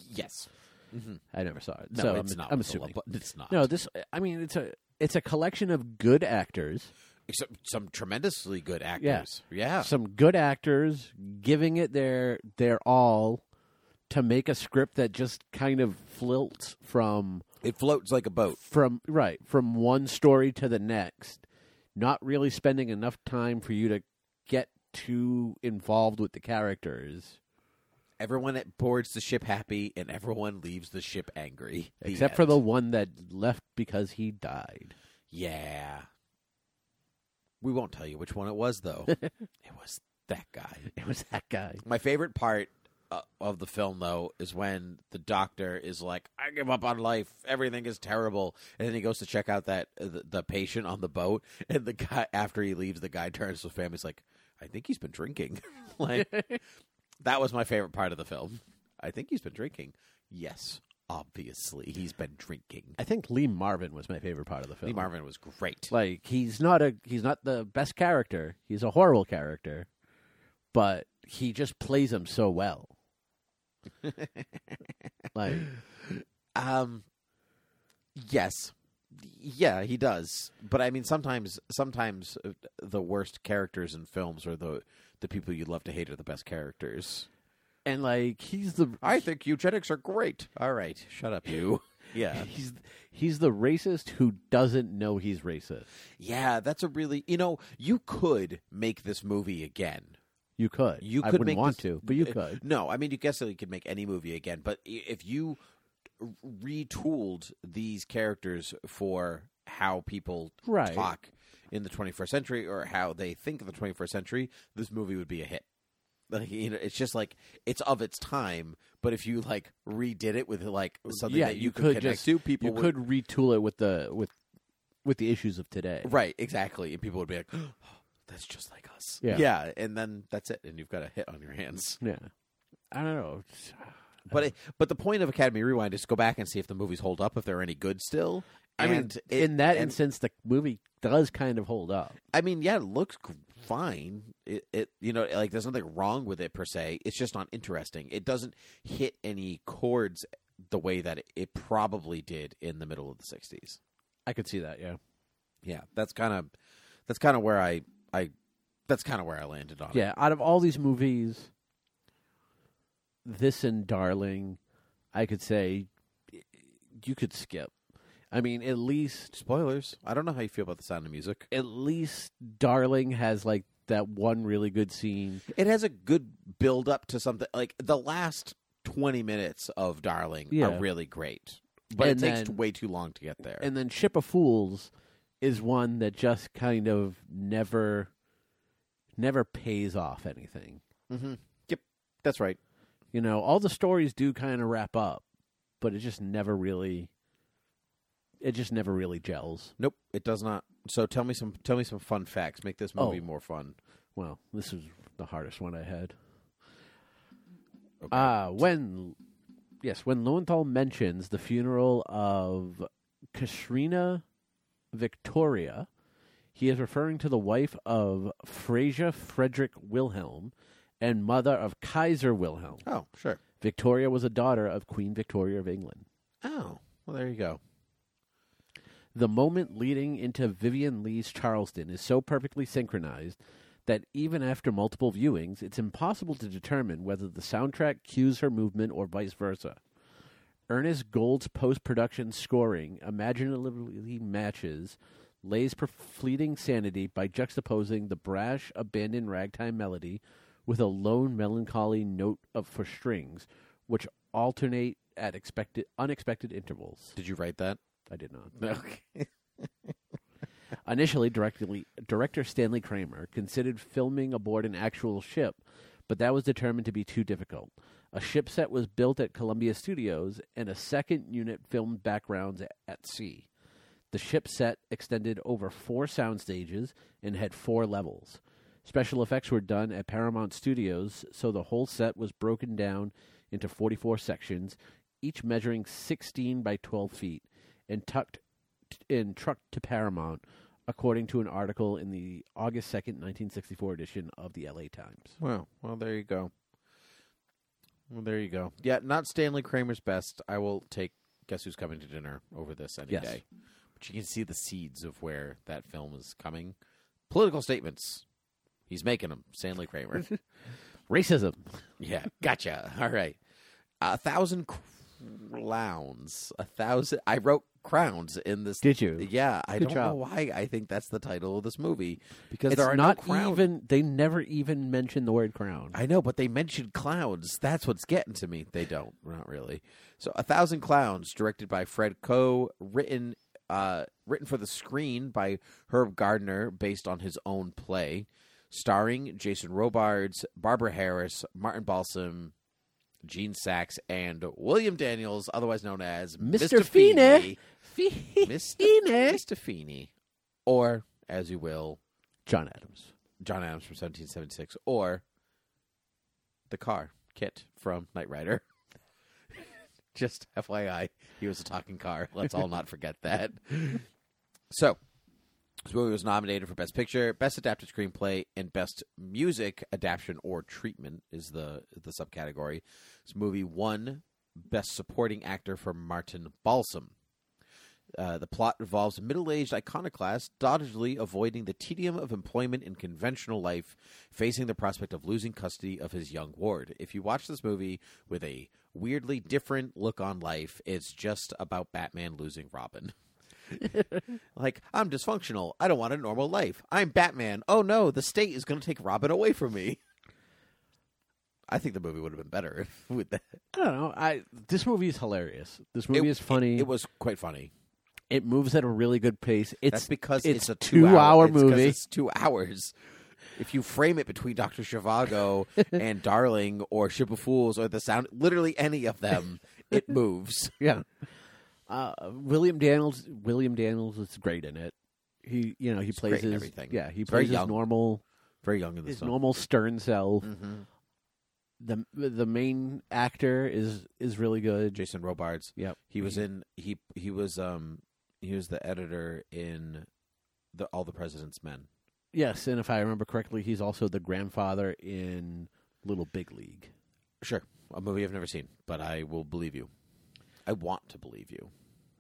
Speaker 2: Yes. Mm-hmm.
Speaker 3: I never saw it,
Speaker 2: No,
Speaker 3: so
Speaker 2: it's
Speaker 3: I'm,
Speaker 2: not.
Speaker 3: I'm
Speaker 2: what The Love
Speaker 3: assuming.
Speaker 2: Boat- It's not.
Speaker 3: No, this. I mean, it's a it's a collection of good actors,
Speaker 2: Except some tremendously good actors. Yeah.
Speaker 3: some good actors giving it their their all to make a script that just kind of floats from
Speaker 2: It floats like a boat.
Speaker 3: from right from one story to the next, not really spending enough time for you to get too involved with the characters,
Speaker 2: Everyone that boards the ship happy and everyone leaves the ship angry. The
Speaker 3: except for
Speaker 2: end.
Speaker 3: the one that left because he died.
Speaker 2: Yeah. We won't tell you which one it was, though. it was that guy.
Speaker 3: It was that guy.
Speaker 2: My favorite part uh, of the film, though, is when the doctor is like, "I give up on life. Everything is terrible," and then he goes to check out that uh, the, the patient on the boat, and the guy after he leaves, the guy turns to the family's like, "I think he's been drinking." like that was my favorite part of the film. I think he's been drinking. Yes, obviously he's been drinking.
Speaker 3: I think Lee Marvin was my favorite part of the film.
Speaker 2: Lee Marvin was great.
Speaker 3: Like he's not a he's not the best character. He's a horrible character, but he just plays him so well. like
Speaker 2: Um, yes, yeah, he does. But I mean, sometimes, sometimes uh, the worst characters in films are the the people you love to hate are the best characters.
Speaker 3: and like he's the
Speaker 2: I think eugenics are great. All right, shut up, you. yeah,
Speaker 3: he's he's the racist who doesn't know he's racist.
Speaker 2: yeah, that's a really you know you could make this movie again.
Speaker 3: You could.
Speaker 2: You
Speaker 3: I
Speaker 2: could
Speaker 3: wouldn't
Speaker 2: make
Speaker 3: want
Speaker 2: this-
Speaker 3: to, but you
Speaker 2: Uh,
Speaker 3: could.
Speaker 2: No, I mean, you guess you could make any movie again, but i- if you r- retooled these characters for how people
Speaker 3: Right.
Speaker 2: talk in the 21st century or how they think of the 21st century, this movie would be a hit. Like, you know, it's just like it's of its time, but if you like redid it with like something
Speaker 3: yeah,
Speaker 2: that you,
Speaker 3: you
Speaker 2: could,
Speaker 3: could
Speaker 2: connect
Speaker 3: just
Speaker 2: to, people
Speaker 3: you
Speaker 2: would
Speaker 3: could retool it with the with with the issues of today.
Speaker 2: right exactly, and people would be like, oh, "That's just like us."
Speaker 3: Yeah.
Speaker 2: yeah, and then that's it, and you've got a hit on your hands.
Speaker 3: Yeah. I don't know. It's-
Speaker 2: But it, but the point of Academy Rewind is to go back and see if the movies hold up, if they're any good still.
Speaker 3: I mean,
Speaker 2: And it-
Speaker 3: in that
Speaker 2: and-
Speaker 3: instance, the movie does kind of hold up.
Speaker 2: I mean, yeah, it looks g- fine. It, it, you know, like there's nothing wrong with it per se. It's just not interesting. It doesn't hit any chords the way that it, it probably did in the middle of the '60s.
Speaker 3: I could see that. Yeah.
Speaker 2: Yeah, that's kind of that's kind of where I I that's kind of where I landed on. it.
Speaker 3: Yeah. Out of all these movies, this and Darling, I could say you could skip. I mean, at least
Speaker 2: Spoilers. I don't know how you feel about the sound of music.
Speaker 3: at least Darling has like that one really good scene.
Speaker 2: It has a good build up to something like the last 20 minutes of Darling
Speaker 3: Yeah.
Speaker 2: are really great. But
Speaker 3: And
Speaker 2: it takes
Speaker 3: then-
Speaker 2: way too long to get there.
Speaker 3: And then Ship of Fools is one that just kind of never never pays off anything.
Speaker 2: mm-hmm. Yep. That's right.
Speaker 3: You know, all the stories do kind of wrap up, but it just never really it just never really gels.
Speaker 2: Nope, it does not. So tell me some tell me some fun facts. Make this movie
Speaker 3: Oh.
Speaker 2: more fun.
Speaker 3: Well, this is the hardest one I had.
Speaker 2: Okay.
Speaker 3: Uh, when yes, when Lowenthal mentions the funeral of Katrina Victoria, he is referring to the wife of Frasier Frederick Wilhelm and mother of Kaiser Wilhelm.
Speaker 2: oh, sure.
Speaker 3: Victoria was a daughter of Queen Victoria of England.
Speaker 2: Oh, well there you go.
Speaker 3: The moment leading into Vivian Lee's Charleston is so perfectly synchronized that even after multiple viewings, it's impossible to determine whether the soundtrack cues her movement or vice versa. Ernest Gold's post production scoring imaginatively matches Lay's per- fleeting sanity by juxtaposing the brash, abandoned ragtime melody with a lone, melancholy note of for strings, which alternate at expected, unexpected intervals.
Speaker 2: Did you write that?
Speaker 3: I did not.
Speaker 2: Okay.
Speaker 3: Initially, directly, director Stanley Kramer considered filming aboard an actual ship, but that was determined to be too difficult. A ship set was built at Columbia Studios, and a second unit filmed backgrounds at, at sea. The ship set extended over four sound stages and had four levels. Special effects were done at Paramount Studios, so the whole set was broken down into 44 sections, each measuring 16 by 12 feet, and tucked in trucked to Paramount, according to an article in the August 2nd, 1964 edition of the LA Times.
Speaker 2: Well, well there you go. Well there you go. Yeah, not Stanley Kramer's best. I will take guess who's coming to dinner over this any
Speaker 3: Yes.
Speaker 2: day. But you can see the seeds of where that film is coming. Political statements. He's making them, Stanley Kramer.
Speaker 3: Racism.
Speaker 2: Yeah, gotcha. All right, a thousand clowns. A thousand. I wrote crowns in this.
Speaker 3: Did you?
Speaker 2: Yeah, I
Speaker 3: Good
Speaker 2: don't know
Speaker 3: job.
Speaker 2: why. I think that's the title of this movie because
Speaker 3: It's
Speaker 2: there are no
Speaker 3: not
Speaker 2: crowns.
Speaker 3: even, they never even mention the word crown.
Speaker 2: I know, but they mentioned clowns. That's what's getting to me. They don't, not really. So, A Thousand Clowns, directed by Fred Coe, written uh, written for the screen by Herb Gardner, based on his own play, starring Jason Robards, Barbara Harris, Martin Balsam, Gene Sachs, and William Daniels, otherwise known as
Speaker 3: Mr.
Speaker 2: Mr.
Speaker 3: Feeney.
Speaker 2: Feeney.
Speaker 3: Fee-
Speaker 2: Mr. Mr. Feeney, or as you will,
Speaker 3: John Adams.
Speaker 2: John Adams from 1776 or the car Kit from Knight Rider. Just FYI, he was a talking car. Let's all not forget that. So, this movie was nominated for Best Picture, Best Adapted Screenplay, and Best Music Adaptation or Treatment is the the subcategory. This movie won Best Supporting Actor for Martin Balsam. Uh, the plot involves a middle aged iconoclast doggedly avoiding the tedium of employment in conventional life, facing the prospect of losing custody of his young ward. If you watch this movie with a weirdly different look on life, it's just about Batman losing Robin. like, I'm dysfunctional. I don't want a normal life. I'm Batman. Oh no, the state is going to take Robin away from me. I think the movie would have been better if with that.
Speaker 3: I don't know. I this movie is hilarious. This movie is funny. It,
Speaker 2: It was quite funny.
Speaker 3: moves at a really good pace. It's
Speaker 2: That's because
Speaker 3: it's
Speaker 2: it's,
Speaker 3: a
Speaker 2: a two-hour
Speaker 3: two-hour movie.
Speaker 2: It's two hours. If you frame it between Doctor Shivago and Darling or Ship of Fools or the Sound, literally any of them, it moves.
Speaker 3: yeah. Uh, William Daniels. William Daniels is great in it. He you know he plays
Speaker 2: great in
Speaker 3: his
Speaker 2: everything.
Speaker 3: yeah he
Speaker 2: He's very
Speaker 3: plays his
Speaker 2: young.
Speaker 3: normal Mm-hmm.
Speaker 2: Very young in this
Speaker 3: his
Speaker 2: film.
Speaker 3: normal stern self.
Speaker 2: Mhm.
Speaker 3: the the main actor is is really good.
Speaker 2: Jason Robards.
Speaker 3: Yep.
Speaker 2: He was in he he was um he was the editor in the All the President's Men.
Speaker 3: Yes, and if I remember correctly, he's also the grandfather in Little Big League.
Speaker 2: Sure, a movie I've never seen, but I will believe you. I want to believe you.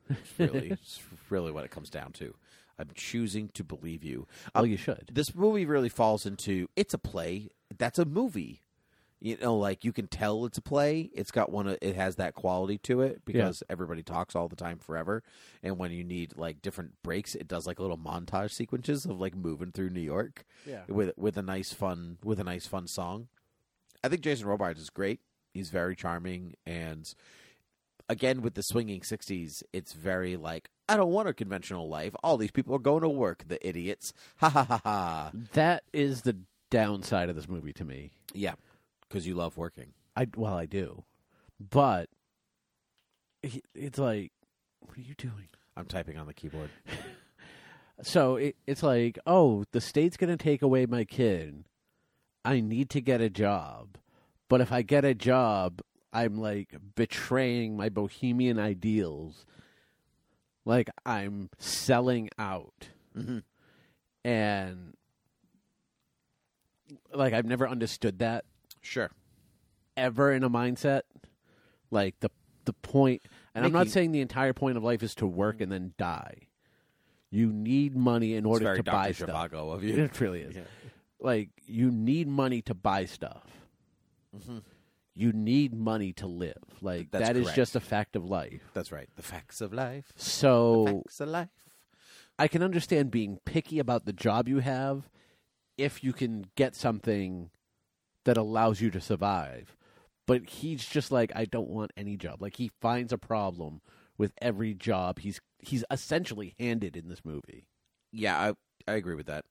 Speaker 2: It's really, it's really what it comes down to. I'm choosing to believe you.
Speaker 3: Well,
Speaker 2: Um,
Speaker 3: you should.
Speaker 2: This movie really falls into it's a play. That's a movie. You know, like you can tell it's a play. It's got one. It has that quality to it because everybody talks all the time forever. And when you need like different breaks, it does like little montage sequences of like moving through New York
Speaker 3: Yeah.
Speaker 2: with with a nice fun with a nice fun song. I think Jason Robards is great. He's very charming and again with the swinging 60s, it's very like I don't want a conventional life. All these people are going to work, the idiots. Ha ha ha ha.
Speaker 3: That is the downside of this movie to me.
Speaker 2: Yeah. Cuz you love working.
Speaker 3: I well, I do, but he- it's like, what are you doing?
Speaker 2: I'm typing on the keyboard.
Speaker 3: So it, it's like, oh, the state's going to take away my kid. I need to get a job. But if I get a job, I'm like betraying my bohemian ideals. Like I'm selling out.
Speaker 2: Mhm.
Speaker 3: And like I've never understood that
Speaker 2: Sure.
Speaker 3: ever in a mindset. Like the the point, and I'm not
Speaker 2: Mickey-
Speaker 3: saying the entire point of life is to work and then die. You need money in
Speaker 2: It's
Speaker 3: order
Speaker 2: very
Speaker 3: to
Speaker 2: Dr.
Speaker 3: buy stuff.
Speaker 2: Zhivago of you.
Speaker 3: It really is. Like you need money to buy stuff. You need money to live. Like
Speaker 2: Mm-hmm. That's
Speaker 3: that is
Speaker 2: correct.
Speaker 3: just a fact of life.
Speaker 2: That's right. The facts of life.
Speaker 3: So
Speaker 2: Facts of life.
Speaker 3: I can understand being picky about the job you have if you can get something that allows you to survive. But he's just like, I don't want any job. Like he finds a problem with every job he's he's essentially handed in this movie.
Speaker 2: Yeah, I I agree with that.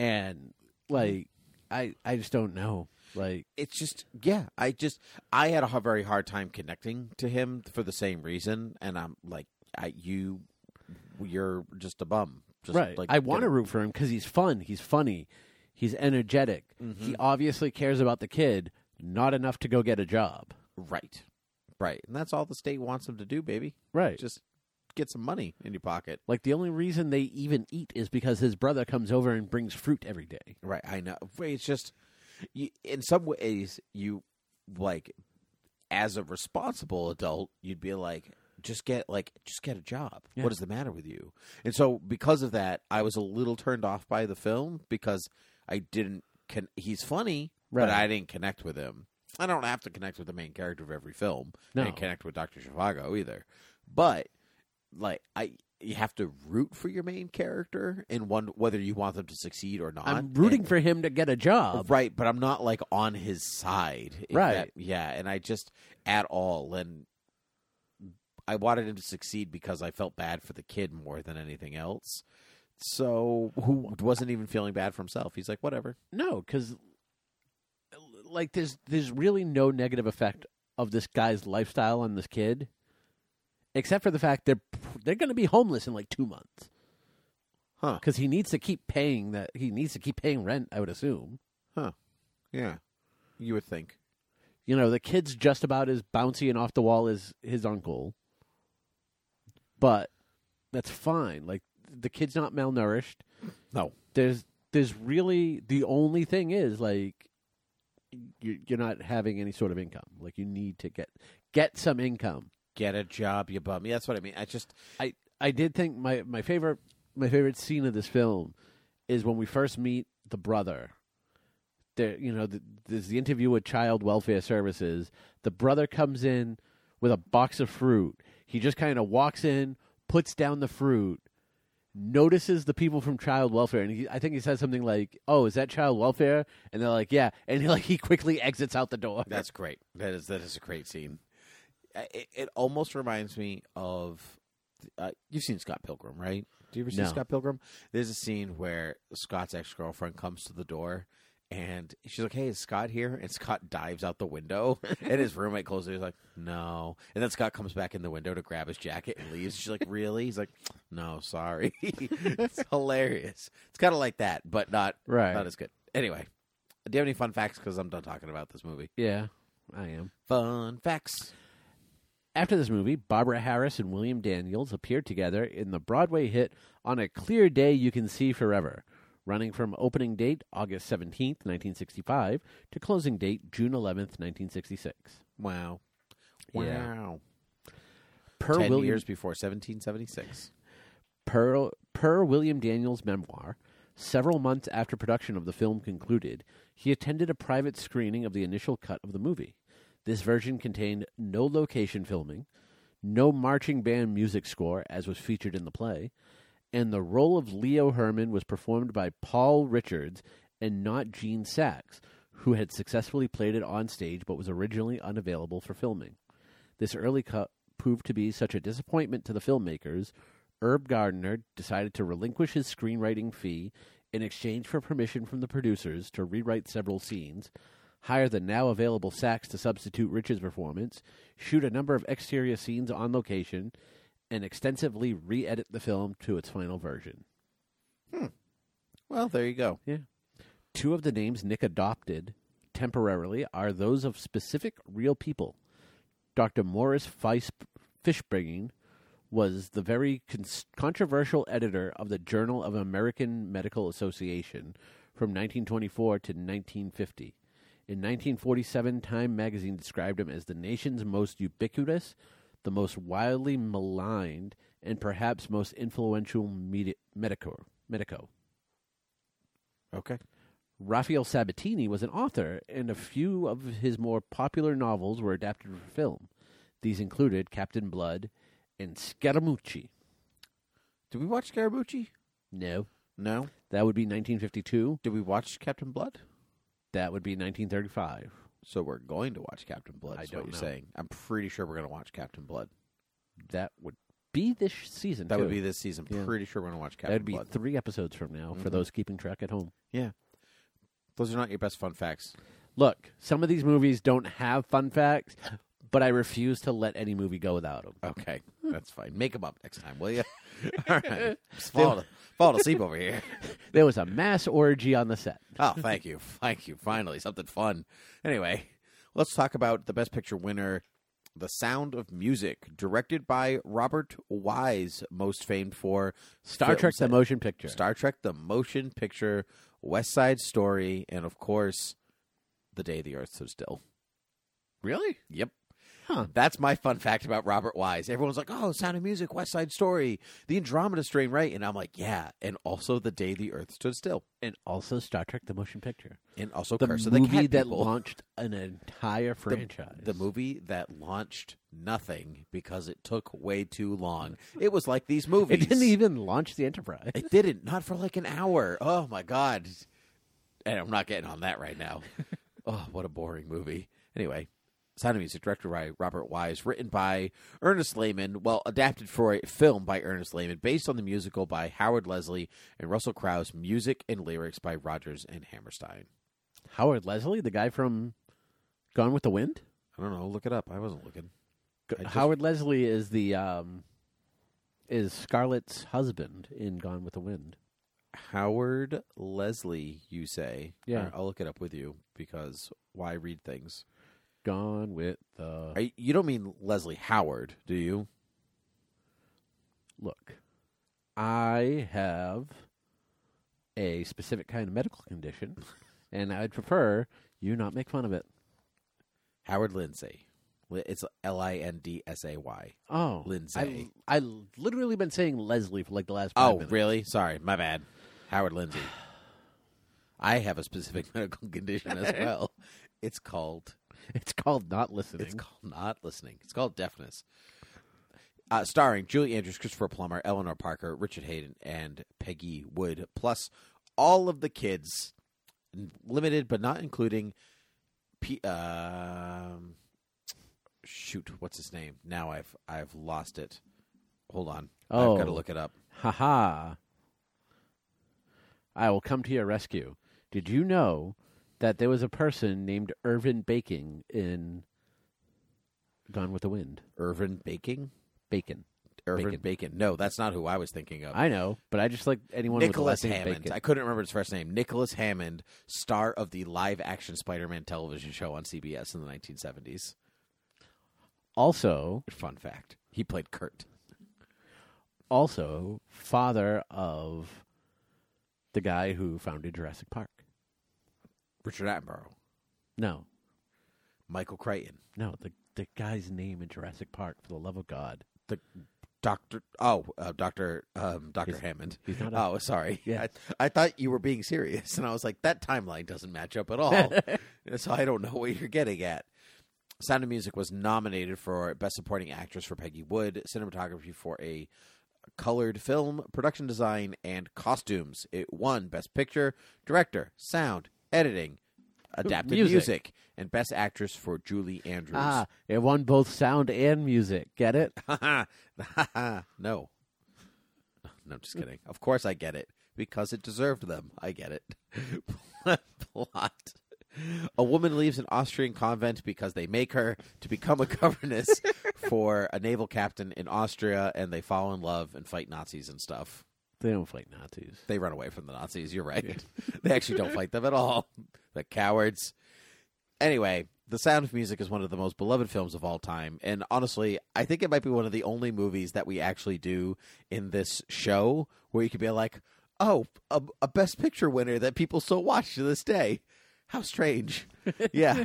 Speaker 3: And like I I just don't know. Like
Speaker 2: it's just yeah i just i had a h- very hard time connecting to him for the same reason and i'm like i you you're just a bum just
Speaker 3: right.
Speaker 2: like
Speaker 3: I want to
Speaker 2: get-
Speaker 3: root for him because he's fun. He's funny. He's energetic.
Speaker 2: Mm-hmm.
Speaker 3: He obviously cares about the kid, not enough to go get a job.
Speaker 2: right right and that's all the state wants him to do baby
Speaker 3: Right.
Speaker 2: just get some money in your pocket
Speaker 3: Like the only reason they even eat is because his brother comes over and brings fruit every day.
Speaker 2: right i know it's just you, in some ways you like as a responsible adult you'd be like just get like just get a job
Speaker 3: Yeah.
Speaker 2: what is the matter with you and so because of that i was a little turned off by the film because i didn't con- he's funny
Speaker 3: Right.
Speaker 2: but i didn't connect with him i don't have to connect with the main character of every film
Speaker 3: No.
Speaker 2: and connect with dr shivago either but like i you have to root for your main character and one whether you want them to succeed or not
Speaker 3: I'm rooting
Speaker 2: And-
Speaker 3: for him to get a job.
Speaker 2: Right, but I'm not like on his side. if
Speaker 3: Right.
Speaker 2: that- yeah, and I just at all and I wanted him to succeed because I felt bad for the kid more than anything else. So who wasn't even feeling bad for himself? He's like, whatever.
Speaker 3: No, because like there's there's really no negative effect of this guy's lifestyle on this kid, except for the fact they're they're going to be homeless in like two months
Speaker 2: Huh.
Speaker 3: because he needs to keep paying that he needs to keep paying rent. I would assume.
Speaker 2: Yeah. You would think.
Speaker 3: You know, the kid's just about as bouncy and off the wall as his uncle. But that's fine. Like the kid's not malnourished.
Speaker 2: No.
Speaker 3: There's there's really the only thing is like you you're not having any sort of income. Like you need to get get some income.
Speaker 2: Get a job, you bum. Yeah, that's what I mean. I just
Speaker 3: I I did think my my favorite my favorite scene of this film is when we first meet the brother. There, you know, the, there's the interview with Child Welfare Services. The brother comes in with a box of fruit. He just kind of walks in, puts down the fruit, notices the people from Child Welfare, and he, I think he says something like, "Oh, is that Child Welfare?" And they're like, "Yeah," and he, like he quickly exits out the door.
Speaker 2: That's great. That is that is a great scene. I- It, it almost reminds me of uh, you've seen Scott Pilgrim, right? Do you ever see
Speaker 3: No.
Speaker 2: Scott Pilgrim? There's a scene where Scott's ex girlfriend comes to the door. And she's like, "Hey, is Scott here?" And Scott dives out the window, and his roommate closes. it. He's like, "No." And then Scott comes back in the window to grab his jacket and leaves. She's like, "Really?" He's like, "No, sorry." it's hilarious. It's kind of like that, but not
Speaker 3: Right.
Speaker 2: not as good. Anyway, do you have any fun facts? Because I'm done talking about this movie.
Speaker 3: Yeah, I am.
Speaker 2: Fun facts.
Speaker 3: After this movie, Barbara Harris and William Daniels appeared together in the Broadway hit On a Clear Day You Can See Forever, running from opening date August 17th, 1965, to closing date June 11th, 1966.
Speaker 2: Wow. Wow.
Speaker 3: Yeah. Per
Speaker 2: Ten
Speaker 3: William-
Speaker 2: years before 1776.
Speaker 3: Per, per William Daniels' memoir, several months after production of the film concluded, he attended a private screening of the initial cut of the movie. This version contained no location filming, no marching band music score, as was featured in the play, and the role of Leo Herman was performed by Paul Richards and not Gene Sachs, who had successfully played it on stage but was originally unavailable for filming. This early cut proved to be such a disappointment to the filmmakers, Herb Gardner decided to relinquish his screenwriting fee in exchange for permission from the producers to rewrite several scenes, hire the now available Sachs to substitute Rich's performance, shoot a number of exterior scenes on location, and extensively re edit the film to its final version.
Speaker 2: Well, there you go.
Speaker 3: Two of the names Nick adopted temporarily are those of specific real people. Dr. Morris Feis- Fishbringing was the very cons- controversial editor of the Journal of American Medical Association from 1924 to 1950. In 1947, Time magazine described him as the nation's most ubiquitous, the most widely maligned, and perhaps most influential medi- medico. medico.
Speaker 2: Okay.
Speaker 3: Raphael Sabatini was an author, and a few of his more popular novels were adapted for film. These included Captain Blood and Scaramucci.
Speaker 2: Did we watch Scaramucci?
Speaker 3: No,
Speaker 2: No.
Speaker 3: that would be 1952.
Speaker 2: Did we watch Captain Blood?
Speaker 3: That would be 1935.
Speaker 2: So we're going to watch Captain Blood.
Speaker 3: I
Speaker 2: Is
Speaker 3: don't
Speaker 2: what you're
Speaker 3: know.
Speaker 2: saying? I'm pretty sure we're going to watch Captain Blood.
Speaker 3: That would be this season.
Speaker 2: That
Speaker 3: too.
Speaker 2: would be this season.
Speaker 3: Yeah.
Speaker 2: Pretty sure we're going to watch
Speaker 3: that
Speaker 2: Captain
Speaker 3: would be
Speaker 2: Blood.
Speaker 3: three episodes from now for
Speaker 2: Mhm.
Speaker 3: those keeping track at home.
Speaker 2: yeah. Those are not your best fun facts.
Speaker 3: Look, some of these movies don't have fun facts, but I refuse to let any movie go without them.
Speaker 2: Okay, that's fine. Make them up next time, will you? All right. Just fall, to, fall to sleep over here.
Speaker 3: There was a mass orgy on the set.
Speaker 2: Oh, thank you, thank you. Finally, something fun. Anyway, let's talk about the Best Picture winner, "The Sound of Music," directed by Robert Wise, most famed for
Speaker 3: Star Trek:
Speaker 2: films
Speaker 3: The
Speaker 2: that-
Speaker 3: Motion Picture.
Speaker 2: Star Trek: The Motion Picture, West Side Story, and of course, The Day the Earth Stood Still.
Speaker 3: really?
Speaker 2: Yep.
Speaker 3: Huh.
Speaker 2: That's my fun fact about Robert Wise. Everyone's like, "Oh, Sound of Music, West Side Story, The Andromeda Strain," right? And I'm like, "Yeah." And also, The Day the Earth Stood Still,
Speaker 3: and also Star Trek: The Motion Picture,
Speaker 2: and also
Speaker 3: the
Speaker 2: Curse
Speaker 3: movie
Speaker 2: of the Cat
Speaker 3: that
Speaker 2: People.
Speaker 3: launched an entire
Speaker 2: The-
Speaker 3: franchise.
Speaker 2: The, movie that launched nothing because it took way too long. It was like these movies.
Speaker 3: It didn't even launch the Enterprise.
Speaker 2: It didn't. Not for like an hour. Oh my god. And I'm not getting on that right now. oh, what a boring movie. Anyway, Sound of Music, directed by Robert Wise, written by Ernest Lehman, well, adapted for a film by Ernest Lehman, based on the musical by Howard Leslie and Russell Krauss, music and lyrics by Rogers and Hammerstein.
Speaker 3: Howard Leslie, the guy from Gone with the Wind.
Speaker 2: I don't know. Look it up. I wasn't looking.
Speaker 3: G-
Speaker 2: I just-
Speaker 3: Howard Leslie is the um, is Scarlett's husband in Gone with the Wind.
Speaker 2: Howard Leslie, you say?
Speaker 3: Yeah.
Speaker 2: Alright, I'll look it up with you because why read things?
Speaker 3: Gone with the
Speaker 2: Are you, you don't mean Leslie Howard, do you?
Speaker 3: look. I have a specific kind of medical condition, and I'd prefer you not make fun of it.
Speaker 2: Howard Lindsay. Li- It's L I N D S A Y.
Speaker 3: Oh,
Speaker 2: Lindsay.
Speaker 3: I, I literally been saying Leslie for like the last. five
Speaker 2: Oh,
Speaker 3: minutes.
Speaker 2: really? Sorry, my bad. Howard Lindsay. I have a specific medical condition as well. It's called
Speaker 3: It's called not listening.
Speaker 2: It's called not listening. It's called deafness. Uh, starring Julie Andrews, Christopher Plummer, Eleanor Parker, Richard Hayden, and Peggy Wood, plus all of the kids, n- limited but not including. P- um, shoot, what's his name? Now I've I've lost it. Hold on, I've got to
Speaker 3: Oh.
Speaker 2: look it up.
Speaker 3: ha ha. I will come to your rescue. Did you know that there was a person named Irvin Baking in Gone with the Wind?
Speaker 2: Irvin Baking,
Speaker 3: Bacon.
Speaker 2: Irvin
Speaker 3: Bacon.
Speaker 2: Bacon. No, that's not who I was thinking of.
Speaker 3: I know, but I just like anyone
Speaker 2: Nicholas
Speaker 3: with the last name
Speaker 2: Hammond.
Speaker 3: Bacon.
Speaker 2: I couldn't remember his first name. Nicholas Hammond, star of the live action Spider Man television show on CBS in the 1970s.
Speaker 3: Also,
Speaker 2: Fun fact. He played Kurt.
Speaker 3: also father of the guy who founded Jurassic Park.
Speaker 2: Richard Attenborough.
Speaker 3: No,
Speaker 2: Michael Crichton.
Speaker 3: no, the the guy's name in Jurassic Park. For the love of God,
Speaker 2: Doctor, oh, uh, Doctor, um, Doctor
Speaker 3: He's-
Speaker 2: Hammond.
Speaker 3: he's not. A,
Speaker 2: Oh, sorry.
Speaker 3: Yeah.
Speaker 2: I, I thought you were being serious, and I was like, that timeline doesn't match up at all. so I don't know what you're getting at. Sound of Music was nominated for Best Supporting Actress for Peggy Wood, cinematography for a colored film, production design, and costumes. It won Best Picture, Director, Sound, Editing, Adapted
Speaker 3: Music.
Speaker 2: Music, and Best Actress for Julie Andrews.
Speaker 3: ah, it won both sound and music. Get it?
Speaker 2: Ha ha. no. No, just kidding. Of course I get it. Because it deserved them. I get it. Plot. A woman leaves an Austrian convent because they make her to become a governess for a naval captain in Austria and they fall in love and fight Nazis and stuff.
Speaker 3: They don't fight Nazis.
Speaker 2: They run away from the Nazis. You're right. they actually don't fight them at all. The cowards. Anyway, The Sound of Music is one of the most beloved films of all time. And honestly, I think it might be one of the only movies that we actually do in this show where you could be like, oh, a, a Best Picture winner that people still watch to this day. How strange. yeah.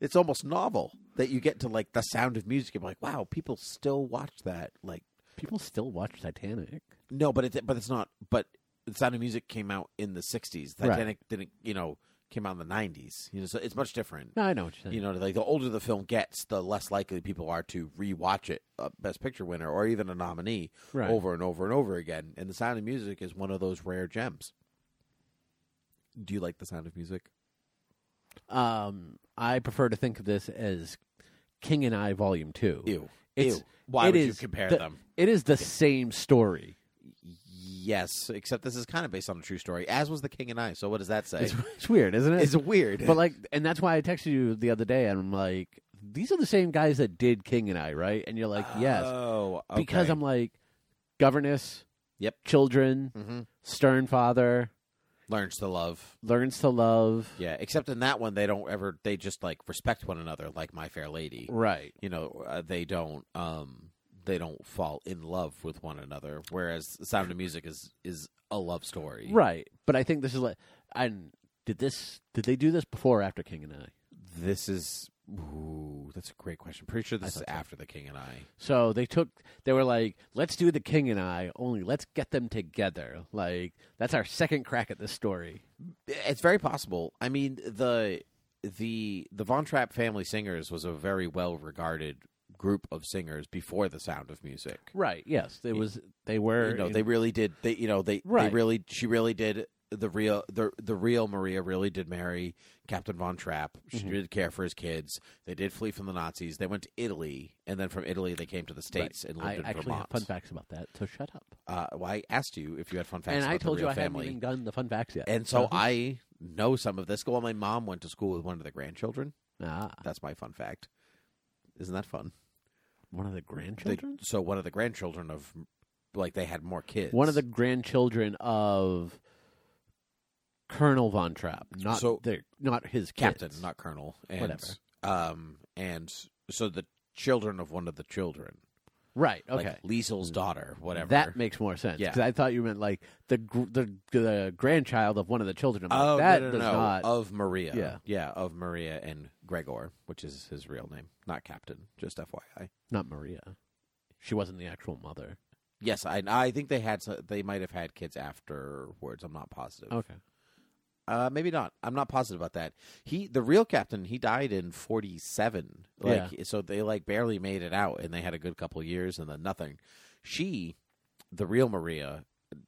Speaker 2: It's almost novel that you get to like The Sound of Music. and be like, wow, people still watch that. Like,
Speaker 3: People still watch Titanic.
Speaker 2: no, but it, but it's not. But the Sound of Music came out in the '60s.
Speaker 3: Right.
Speaker 2: Titanic didn't, you know, came out in the '90s. You know, so it's much different.
Speaker 3: No, I know what you're saying.
Speaker 2: You know, like the older the film gets, the less likely people are to rewatch it, a Best Picture winner or even a nominee,
Speaker 3: Right.
Speaker 2: over and over and over again. And The Sound of Music is one of those rare gems. Do you like The Sound of Music?
Speaker 3: Um, I prefer to think of this as King and I Volume Two.
Speaker 2: Ew,
Speaker 3: It's-
Speaker 2: ew. Why
Speaker 3: it
Speaker 2: would you
Speaker 3: is
Speaker 2: compare
Speaker 3: the-
Speaker 2: them?
Speaker 3: It is the same story.
Speaker 2: Yes, except this is kind of based on a true story, as was The King and I. So what does that say?
Speaker 3: It's, it's weird, isn't it?
Speaker 2: It's weird,
Speaker 3: but like, and that's why I texted you the other day, and I'm like, these are the same guys that did King and I, right? And you're like, yes,
Speaker 2: oh,
Speaker 3: because
Speaker 2: okay.
Speaker 3: I'm like, governess,
Speaker 2: Yep.
Speaker 3: children,
Speaker 2: Mhm.
Speaker 3: stern father,
Speaker 2: learns to love.
Speaker 3: learns to love,
Speaker 2: Yeah, except in that one they don't ever they just like respect one another like My Fair Lady.
Speaker 3: right?
Speaker 2: You know, uh, they don't um they don't fall in love with one another whereas Sound of Music is is a love story.
Speaker 3: Right, but I think this is like, and did this? Did they do this before or after King and I?
Speaker 2: This is ooh, that's a great question. Pretty sure this is
Speaker 3: thought so.
Speaker 2: after The King and I.
Speaker 3: So they took, they were like, let's do the King and I, only let's get them together. Like, that's our second crack at this story.
Speaker 2: It's very possible. I mean, the the the Von Trapp family singers was a very well regarded group of singers before the Sound of Music.
Speaker 3: Right, yes. It was, they
Speaker 2: No,
Speaker 3: were.
Speaker 2: you know, they really did. They, you know, they,
Speaker 3: Right.
Speaker 2: they really, she really did the real, the the real Maria really did marry Captain Von Trapp. She
Speaker 3: Mhm.
Speaker 2: did care for his kids. They did flee from the Nazis. They went to Italy, and then from Italy they came to the states and lived
Speaker 3: I
Speaker 2: in
Speaker 3: actually
Speaker 2: Vermont.
Speaker 3: have fun facts about that, so shut up.
Speaker 2: uh, well, I asked you if you had fun facts,
Speaker 3: and I
Speaker 2: about the
Speaker 3: told you
Speaker 2: real
Speaker 3: I
Speaker 2: family.
Speaker 3: haven't even Uh-huh. done the fun facts yet.
Speaker 2: and so I know some of this. Well, my mom went to school with one of the grandchildren.
Speaker 3: Ah,
Speaker 2: That's my fun fact. Isn't that fun?
Speaker 3: one of the
Speaker 2: They-
Speaker 3: grandchildren?
Speaker 2: so one of the grandchildren of, like, they had more kids.
Speaker 3: one of the grandchildren of Colonel Von Trapp, not,
Speaker 2: So-
Speaker 3: their, not his
Speaker 2: captain,
Speaker 3: kids.
Speaker 2: not colonel, and
Speaker 3: Whatever.
Speaker 2: um, and so the children of one of the children,
Speaker 3: Right, okay. Mm.
Speaker 2: like Liesel's daughter, whatever.
Speaker 3: That makes more sense.
Speaker 2: Yeah.
Speaker 3: Because I thought you meant like the, gr- the the grandchild of one of the children. I'm like,
Speaker 2: oh
Speaker 3: that
Speaker 2: no, no,
Speaker 3: does
Speaker 2: no,
Speaker 3: not.
Speaker 2: of Maria,
Speaker 3: Yeah.
Speaker 2: yeah, of Maria and Gregor, which is his real name, not captain. Just FYI.
Speaker 3: Not Maria. She wasn't the actual mother.
Speaker 2: Yes, I I think they had so- they might have had kids afterwards. I'm not positive.
Speaker 3: Okay.
Speaker 2: Uh, maybe not. I'm not positive about that. He the real captain. He died in 47. Like so they like barely made it out, and they had a good couple years, and then nothing. She, the real Maria,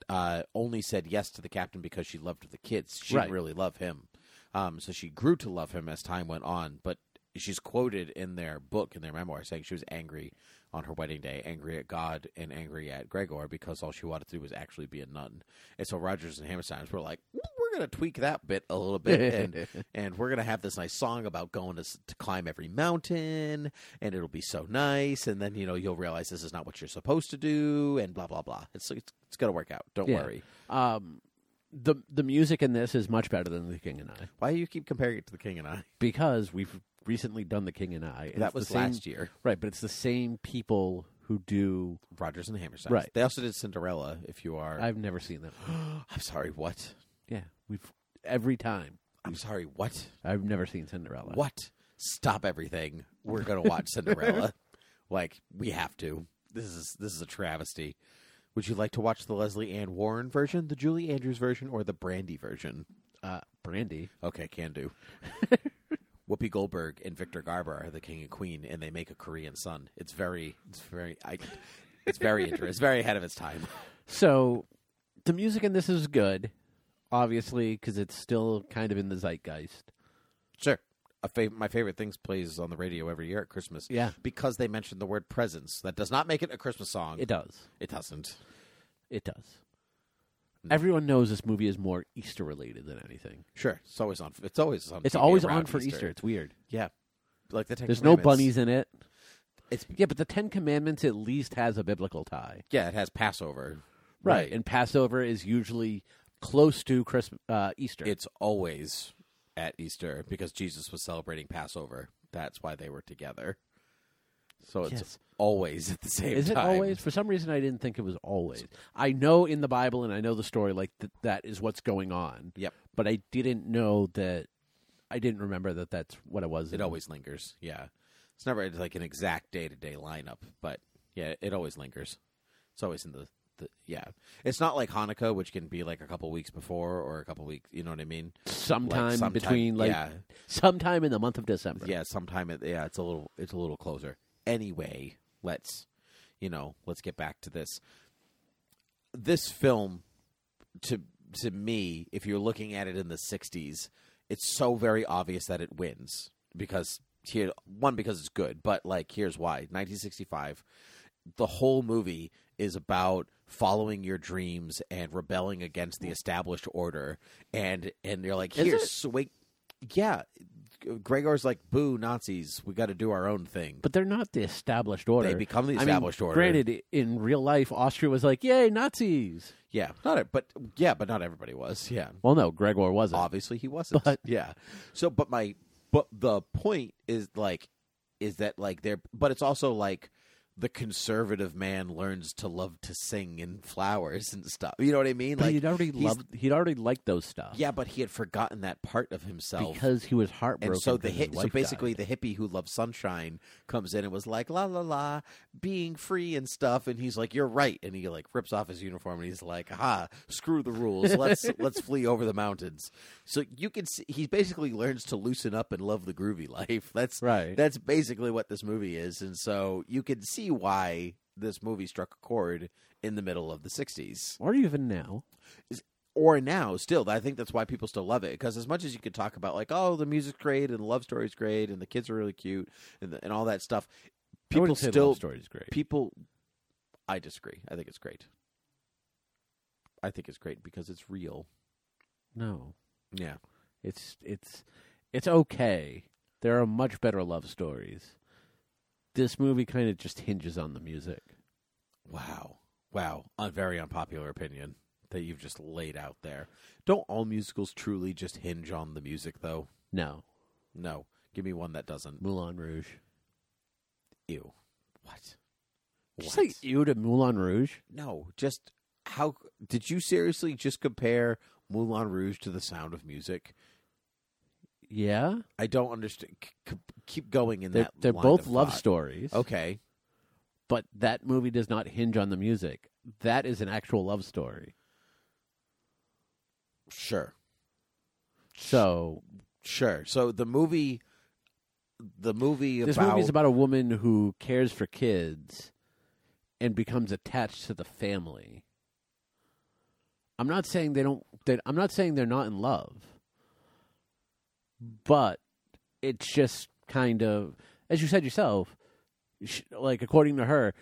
Speaker 2: uh, only said yes to the captain because she loved the kids. She
Speaker 3: Right.
Speaker 2: didn't really love him. Um, so she grew to love him as time went on. But she's quoted in their book, in their memoir, saying she was angry on her wedding day, angry at God and angry at Gregor because all she wanted to do was actually be a nun. And so Rogers and Hammerstein were like, we're we're going to tweak that bit a little bit, and and we're going to have this nice song about going to, s- to climb every mountain, and it'll be so nice. And then you know you'll realize this is not what you're supposed to do, and blah blah blah. It's it's, it's going to work out. Don't
Speaker 3: Yeah.
Speaker 2: worry.
Speaker 3: Um, the the music in this is much better than The King and I
Speaker 2: Why do you keep comparing it to the King and I?
Speaker 3: because we've recently done The King and I. and
Speaker 2: that
Speaker 3: it's the
Speaker 2: was
Speaker 3: same-
Speaker 2: last year.
Speaker 3: right? But it's the same people who do.
Speaker 2: Rogers and the Hammerstein.
Speaker 3: Right.
Speaker 2: They also did Cinderella. If you are,
Speaker 3: I've never seen them.
Speaker 2: I'm sorry. What?
Speaker 3: Yeah, we've every time.
Speaker 2: I'm sorry. What?
Speaker 3: I've never seen Cinderella.
Speaker 2: What? Stop everything. We're gonna watch Cinderella. Like we have to. This is this is a travesty. Would you like to watch the Leslie Ann Warren version, the Julie Andrews version, or the Brandy version?
Speaker 3: Uh, Brandy.
Speaker 2: Okay, can do. Whoopi Goldberg and Victor Garber are the king and queen, and they make a Korean son. It's very, it's very, I, it's very interesting. It's very ahead of its time.
Speaker 3: So the music in this is good, obviously, because it's still kind of in the zeitgeist.
Speaker 2: Sure. A fav- my favorite things plays on the radio every year at Christmas.
Speaker 3: Yeah.
Speaker 2: because they mention the word presents. That does not make it a Christmas song.
Speaker 3: It does.
Speaker 2: it doesn't.
Speaker 3: It does. Everyone knows this movie is more Easter related than anything.
Speaker 2: Sure, it's always on. It's always on.
Speaker 3: It's
Speaker 2: TV
Speaker 3: always
Speaker 2: around
Speaker 3: on for Easter. It's weird.
Speaker 2: Yeah, like the Ten
Speaker 3: There's no
Speaker 2: Commandments.
Speaker 3: bunnies in it.
Speaker 2: It's
Speaker 3: Yeah, but the Ten Commandments at least has a biblical tie,
Speaker 2: yeah, it has Passover.
Speaker 3: And Passover is usually close to Christmas, uh, Easter.
Speaker 2: It's always at Easter because Jesus was celebrating Passover. That's why they were together. So it's
Speaker 3: Yes.
Speaker 2: always at the same
Speaker 3: is it
Speaker 2: time.
Speaker 3: always? For some reason, I didn't think it was always. I know in the Bible, and I know the story, like th- that is what's going on.
Speaker 2: Yep.
Speaker 3: but I didn't know that. I didn't remember that. That's what it was.
Speaker 2: It always lingers. Yeah, it's never like an exact day to day lineup, but yeah, it always lingers. It's always in the, the yeah. It's not like Hanukkah, which can be like a couple weeks before or a couple weeks. You know what I mean?
Speaker 3: sometime,
Speaker 2: Like, sometime-
Speaker 3: between like
Speaker 2: yeah.
Speaker 3: sometime in the month of December.
Speaker 2: Yeah, sometime it, yeah, it's a little it's a little closer. Anyway, let's you know, let's get back to this. This film to to me, if you're looking at it in the 60s, it's so very obvious that it wins because here one because it's good, but like here's why. 1965 the whole movie is about following your dreams and rebelling against the established order and and you're like
Speaker 3: Is
Speaker 2: here's
Speaker 3: it?
Speaker 2: sweet yeah gregor's like boo nazis we got to do our own thing
Speaker 3: But they're not the established order.
Speaker 2: they become the
Speaker 3: I mean,
Speaker 2: established order
Speaker 3: Granted, i- in real life, Austria was like, "Yay, Nazis!"
Speaker 2: yeah not it but yeah but not everybody was yeah
Speaker 3: Well, no, Gregor wasn't.
Speaker 2: obviously he wasn't
Speaker 3: But-
Speaker 2: yeah so but my but the point is like is that like they're but it's also like the conservative man learns to love to sing and flowers and stuff you know what i mean
Speaker 3: But
Speaker 2: like
Speaker 3: he'd already
Speaker 2: he's-
Speaker 3: loved. He'd already liked those stuff.
Speaker 2: Yeah, but he had forgotten that part of himself.
Speaker 3: because he was heartbroken.
Speaker 2: and so the
Speaker 3: 'cause his
Speaker 2: hit, so
Speaker 3: wife
Speaker 2: basically
Speaker 3: died.
Speaker 2: the hippie who loves sunshine comes in and was like la la la being free and stuff and he's like you're right and he like rips off his uniform and he's like ha screw the rules let's let's flee over the mountains so you can see he basically learns to loosen up and love the groovy life that's
Speaker 3: Right.
Speaker 2: that's basically what this movie is and so you can see why this movie struck a chord in the middle of the 60s
Speaker 3: or even now.
Speaker 2: or now still i think that's why people still love it because as much as you could talk about like oh the music's great and the love story's great and the kids are really cute and, the, and all that stuff
Speaker 3: I
Speaker 2: people
Speaker 3: wouldn't say the
Speaker 2: still
Speaker 3: love story is great.
Speaker 2: people i disagree i think it's great i think it's great because it's real
Speaker 3: no,
Speaker 2: yeah
Speaker 3: it's it's it's okay. There are much better love stories. This movie kind of just hinges on the music.
Speaker 2: wow wow a very unpopular opinion that you've just laid out there don't all musicals truly just hinge on the music though
Speaker 3: No,
Speaker 2: no give me one that doesn't
Speaker 3: Moulin Rouge.
Speaker 2: ew what
Speaker 3: Just
Speaker 2: What?
Speaker 3: like you to Moulin Rouge.
Speaker 2: No, just how did you seriously just compare Moulin Rouge to the Sound of Music?
Speaker 3: Yeah,
Speaker 2: I don't understand. C- c- keep going in
Speaker 3: they're
Speaker 2: that.
Speaker 3: they're
Speaker 2: line
Speaker 3: both
Speaker 2: of
Speaker 3: love
Speaker 2: thought.
Speaker 3: stories.
Speaker 2: Okay,
Speaker 3: but that movie does not hinge on the music. That is an actual love story.
Speaker 2: sure,
Speaker 3: So
Speaker 2: sure. So the movie, the movie
Speaker 3: this
Speaker 2: about
Speaker 3: movie is about a woman who cares for kids and becomes attached to the family. I'm not saying they don't. That I'm not saying they're not in love, but it's just kind of, as you said yourself, sh like according to her,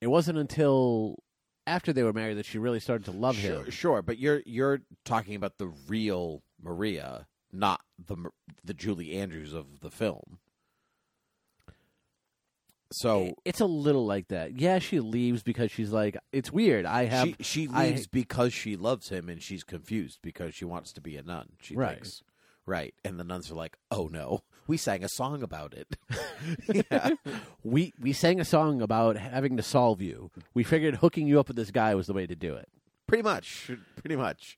Speaker 3: it wasn't until after they were married that she really started to love
Speaker 2: sure,
Speaker 3: him.
Speaker 2: Sure, but you're you're talking about the real Maria, not the Mar- the Julie Andrews of the film. So
Speaker 3: It's a little like that. Yeah, she leaves because she's like, it's weird. I have
Speaker 2: she she
Speaker 3: I-
Speaker 2: leaves because she loves him, and she's confused because she wants to be a nun. She
Speaker 3: Right.
Speaker 2: thinks right, and the nuns are like, "Oh no, we sang a song about it." yeah.
Speaker 3: we we sang a song about having to solve you. We figured hooking you up with this guy was the way to do it,
Speaker 2: pretty much, pretty much.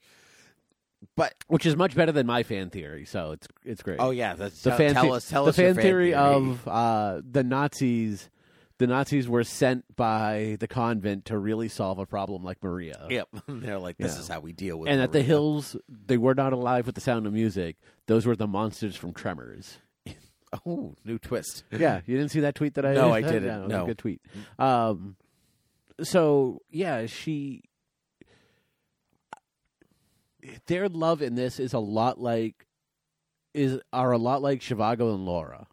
Speaker 2: But
Speaker 3: which is much better than my fan theory. So it's it's great.
Speaker 2: oh yeah, that's,
Speaker 3: the
Speaker 2: tell,
Speaker 3: fan
Speaker 2: tell
Speaker 3: the-
Speaker 2: us, tell
Speaker 3: the
Speaker 2: us your
Speaker 3: fan theory, of uh, the Nazis. The Nazis were sent by the convent to really solve a problem like Maria.
Speaker 2: Yep, they're like, "This
Speaker 3: Yeah.
Speaker 2: is how we deal with."
Speaker 3: And at the
Speaker 2: Maria."
Speaker 3: hills, they were not alive with the sound of music. Those were the monsters from Tremors.
Speaker 2: oh, new twist.
Speaker 3: Yeah, you didn't see that tweet that I
Speaker 2: No, I
Speaker 3: Yeah,
Speaker 2: didn't.
Speaker 3: it was a
Speaker 2: No. Mm.
Speaker 3: good tweet. Um, so yeah, she. Their love in this is a lot like, is are a lot like Shivago and Laura.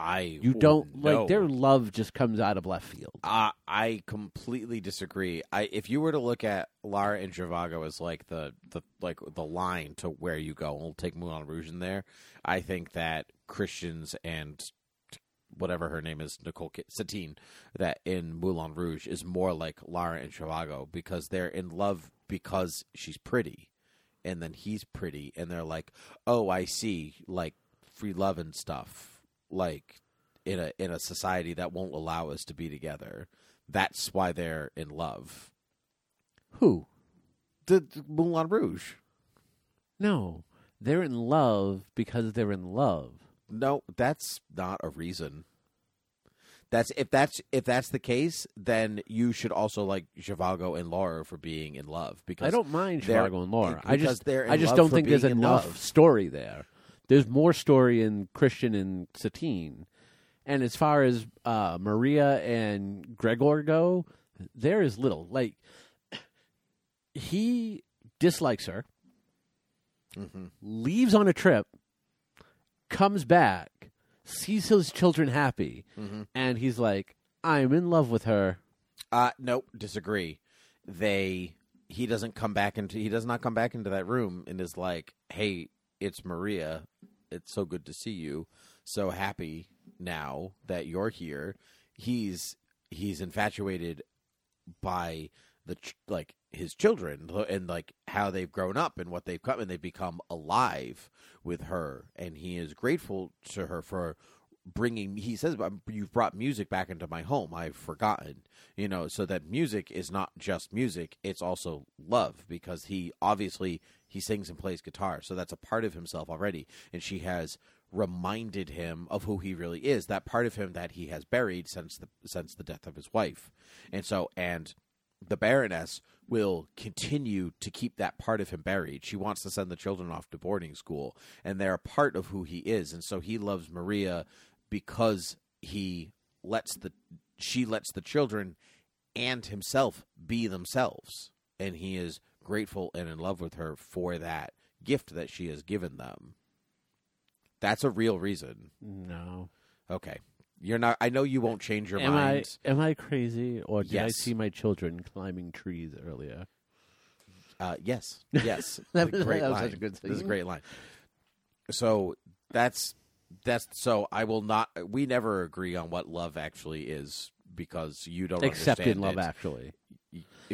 Speaker 2: I
Speaker 3: You don't like
Speaker 2: Oh, no.
Speaker 3: their love just comes out of left field.
Speaker 2: I I completely disagree. I if you were to look at Lara and Zhivago as like the, the like the line to where you go, we'll take Moulin Rouge in there. I think that Christians and whatever her name is, Nicole Ki- Satine, that in Moulin Rouge is more like Lara and Zhivago because they're in love because she's pretty, and then he's pretty, and they're like, oh, I see, like free love and stuff, like in a in a society that won't allow us to be together. That's why they're in love.
Speaker 3: Who?
Speaker 2: The, the Moulin Rouge.
Speaker 3: No, they're in love because they're in love.
Speaker 2: No, that's not a reason. That's if that's if that's the case, then you should also like Zhivago and Laura for being in love because
Speaker 3: I don't mind
Speaker 2: they're-
Speaker 3: Chicago and Laura. I
Speaker 2: because
Speaker 3: just
Speaker 2: they're in
Speaker 3: I just
Speaker 2: love
Speaker 3: don't
Speaker 2: for
Speaker 3: think there's
Speaker 2: being in
Speaker 3: enough
Speaker 2: love.
Speaker 3: story there. There's more story in Christian and Satine, and as far as uh, Maria and Gregor go, there is little. Like he dislikes her,
Speaker 2: Mhm.
Speaker 3: leaves on a trip, comes back, sees his children happy,
Speaker 2: Mhm.
Speaker 3: and he's like, "I'm in love with her."
Speaker 2: Uh nope, disagree. They he doesn't come back into he does not come back into that room and is like, "Hey, it's Maria. It's so good to see you. So happy now that you're here." He's he's infatuated by the ch- like his children and like how they've grown up and what they've come and they've become alive with her and he is grateful to her for bringing he says "But you've brought music back into my home i've forgotten you know so that music is not just music it's also love because he obviously he sings and plays guitar so that's a part of himself already and she has reminded him of who he really is that part of him that he has buried since the since the death of his wife and so and the baroness will continue to keep that part of him buried she wants to send the children off to boarding school and they're a part of who he is and so he loves maria because he lets the she lets the children and himself be themselves and he is grateful and in love with her for that gift that she has given them that's a real reason
Speaker 3: No,
Speaker 2: okay you're not i know you won't change your
Speaker 3: am
Speaker 2: mind
Speaker 3: I am I crazy or did I
Speaker 2: Yes.
Speaker 3: see my children climbing trees earlier?
Speaker 2: Uh, yes, yes.
Speaker 3: That
Speaker 2: It's
Speaker 3: was-
Speaker 2: a great
Speaker 3: that was
Speaker 2: line.
Speaker 3: such a good
Speaker 2: This is a
Speaker 3: scene.
Speaker 2: great line. So that's that's so I will not. We never agree on what love actually is because you don't
Speaker 3: Except in
Speaker 2: understand
Speaker 3: Love
Speaker 2: it.
Speaker 3: Actually.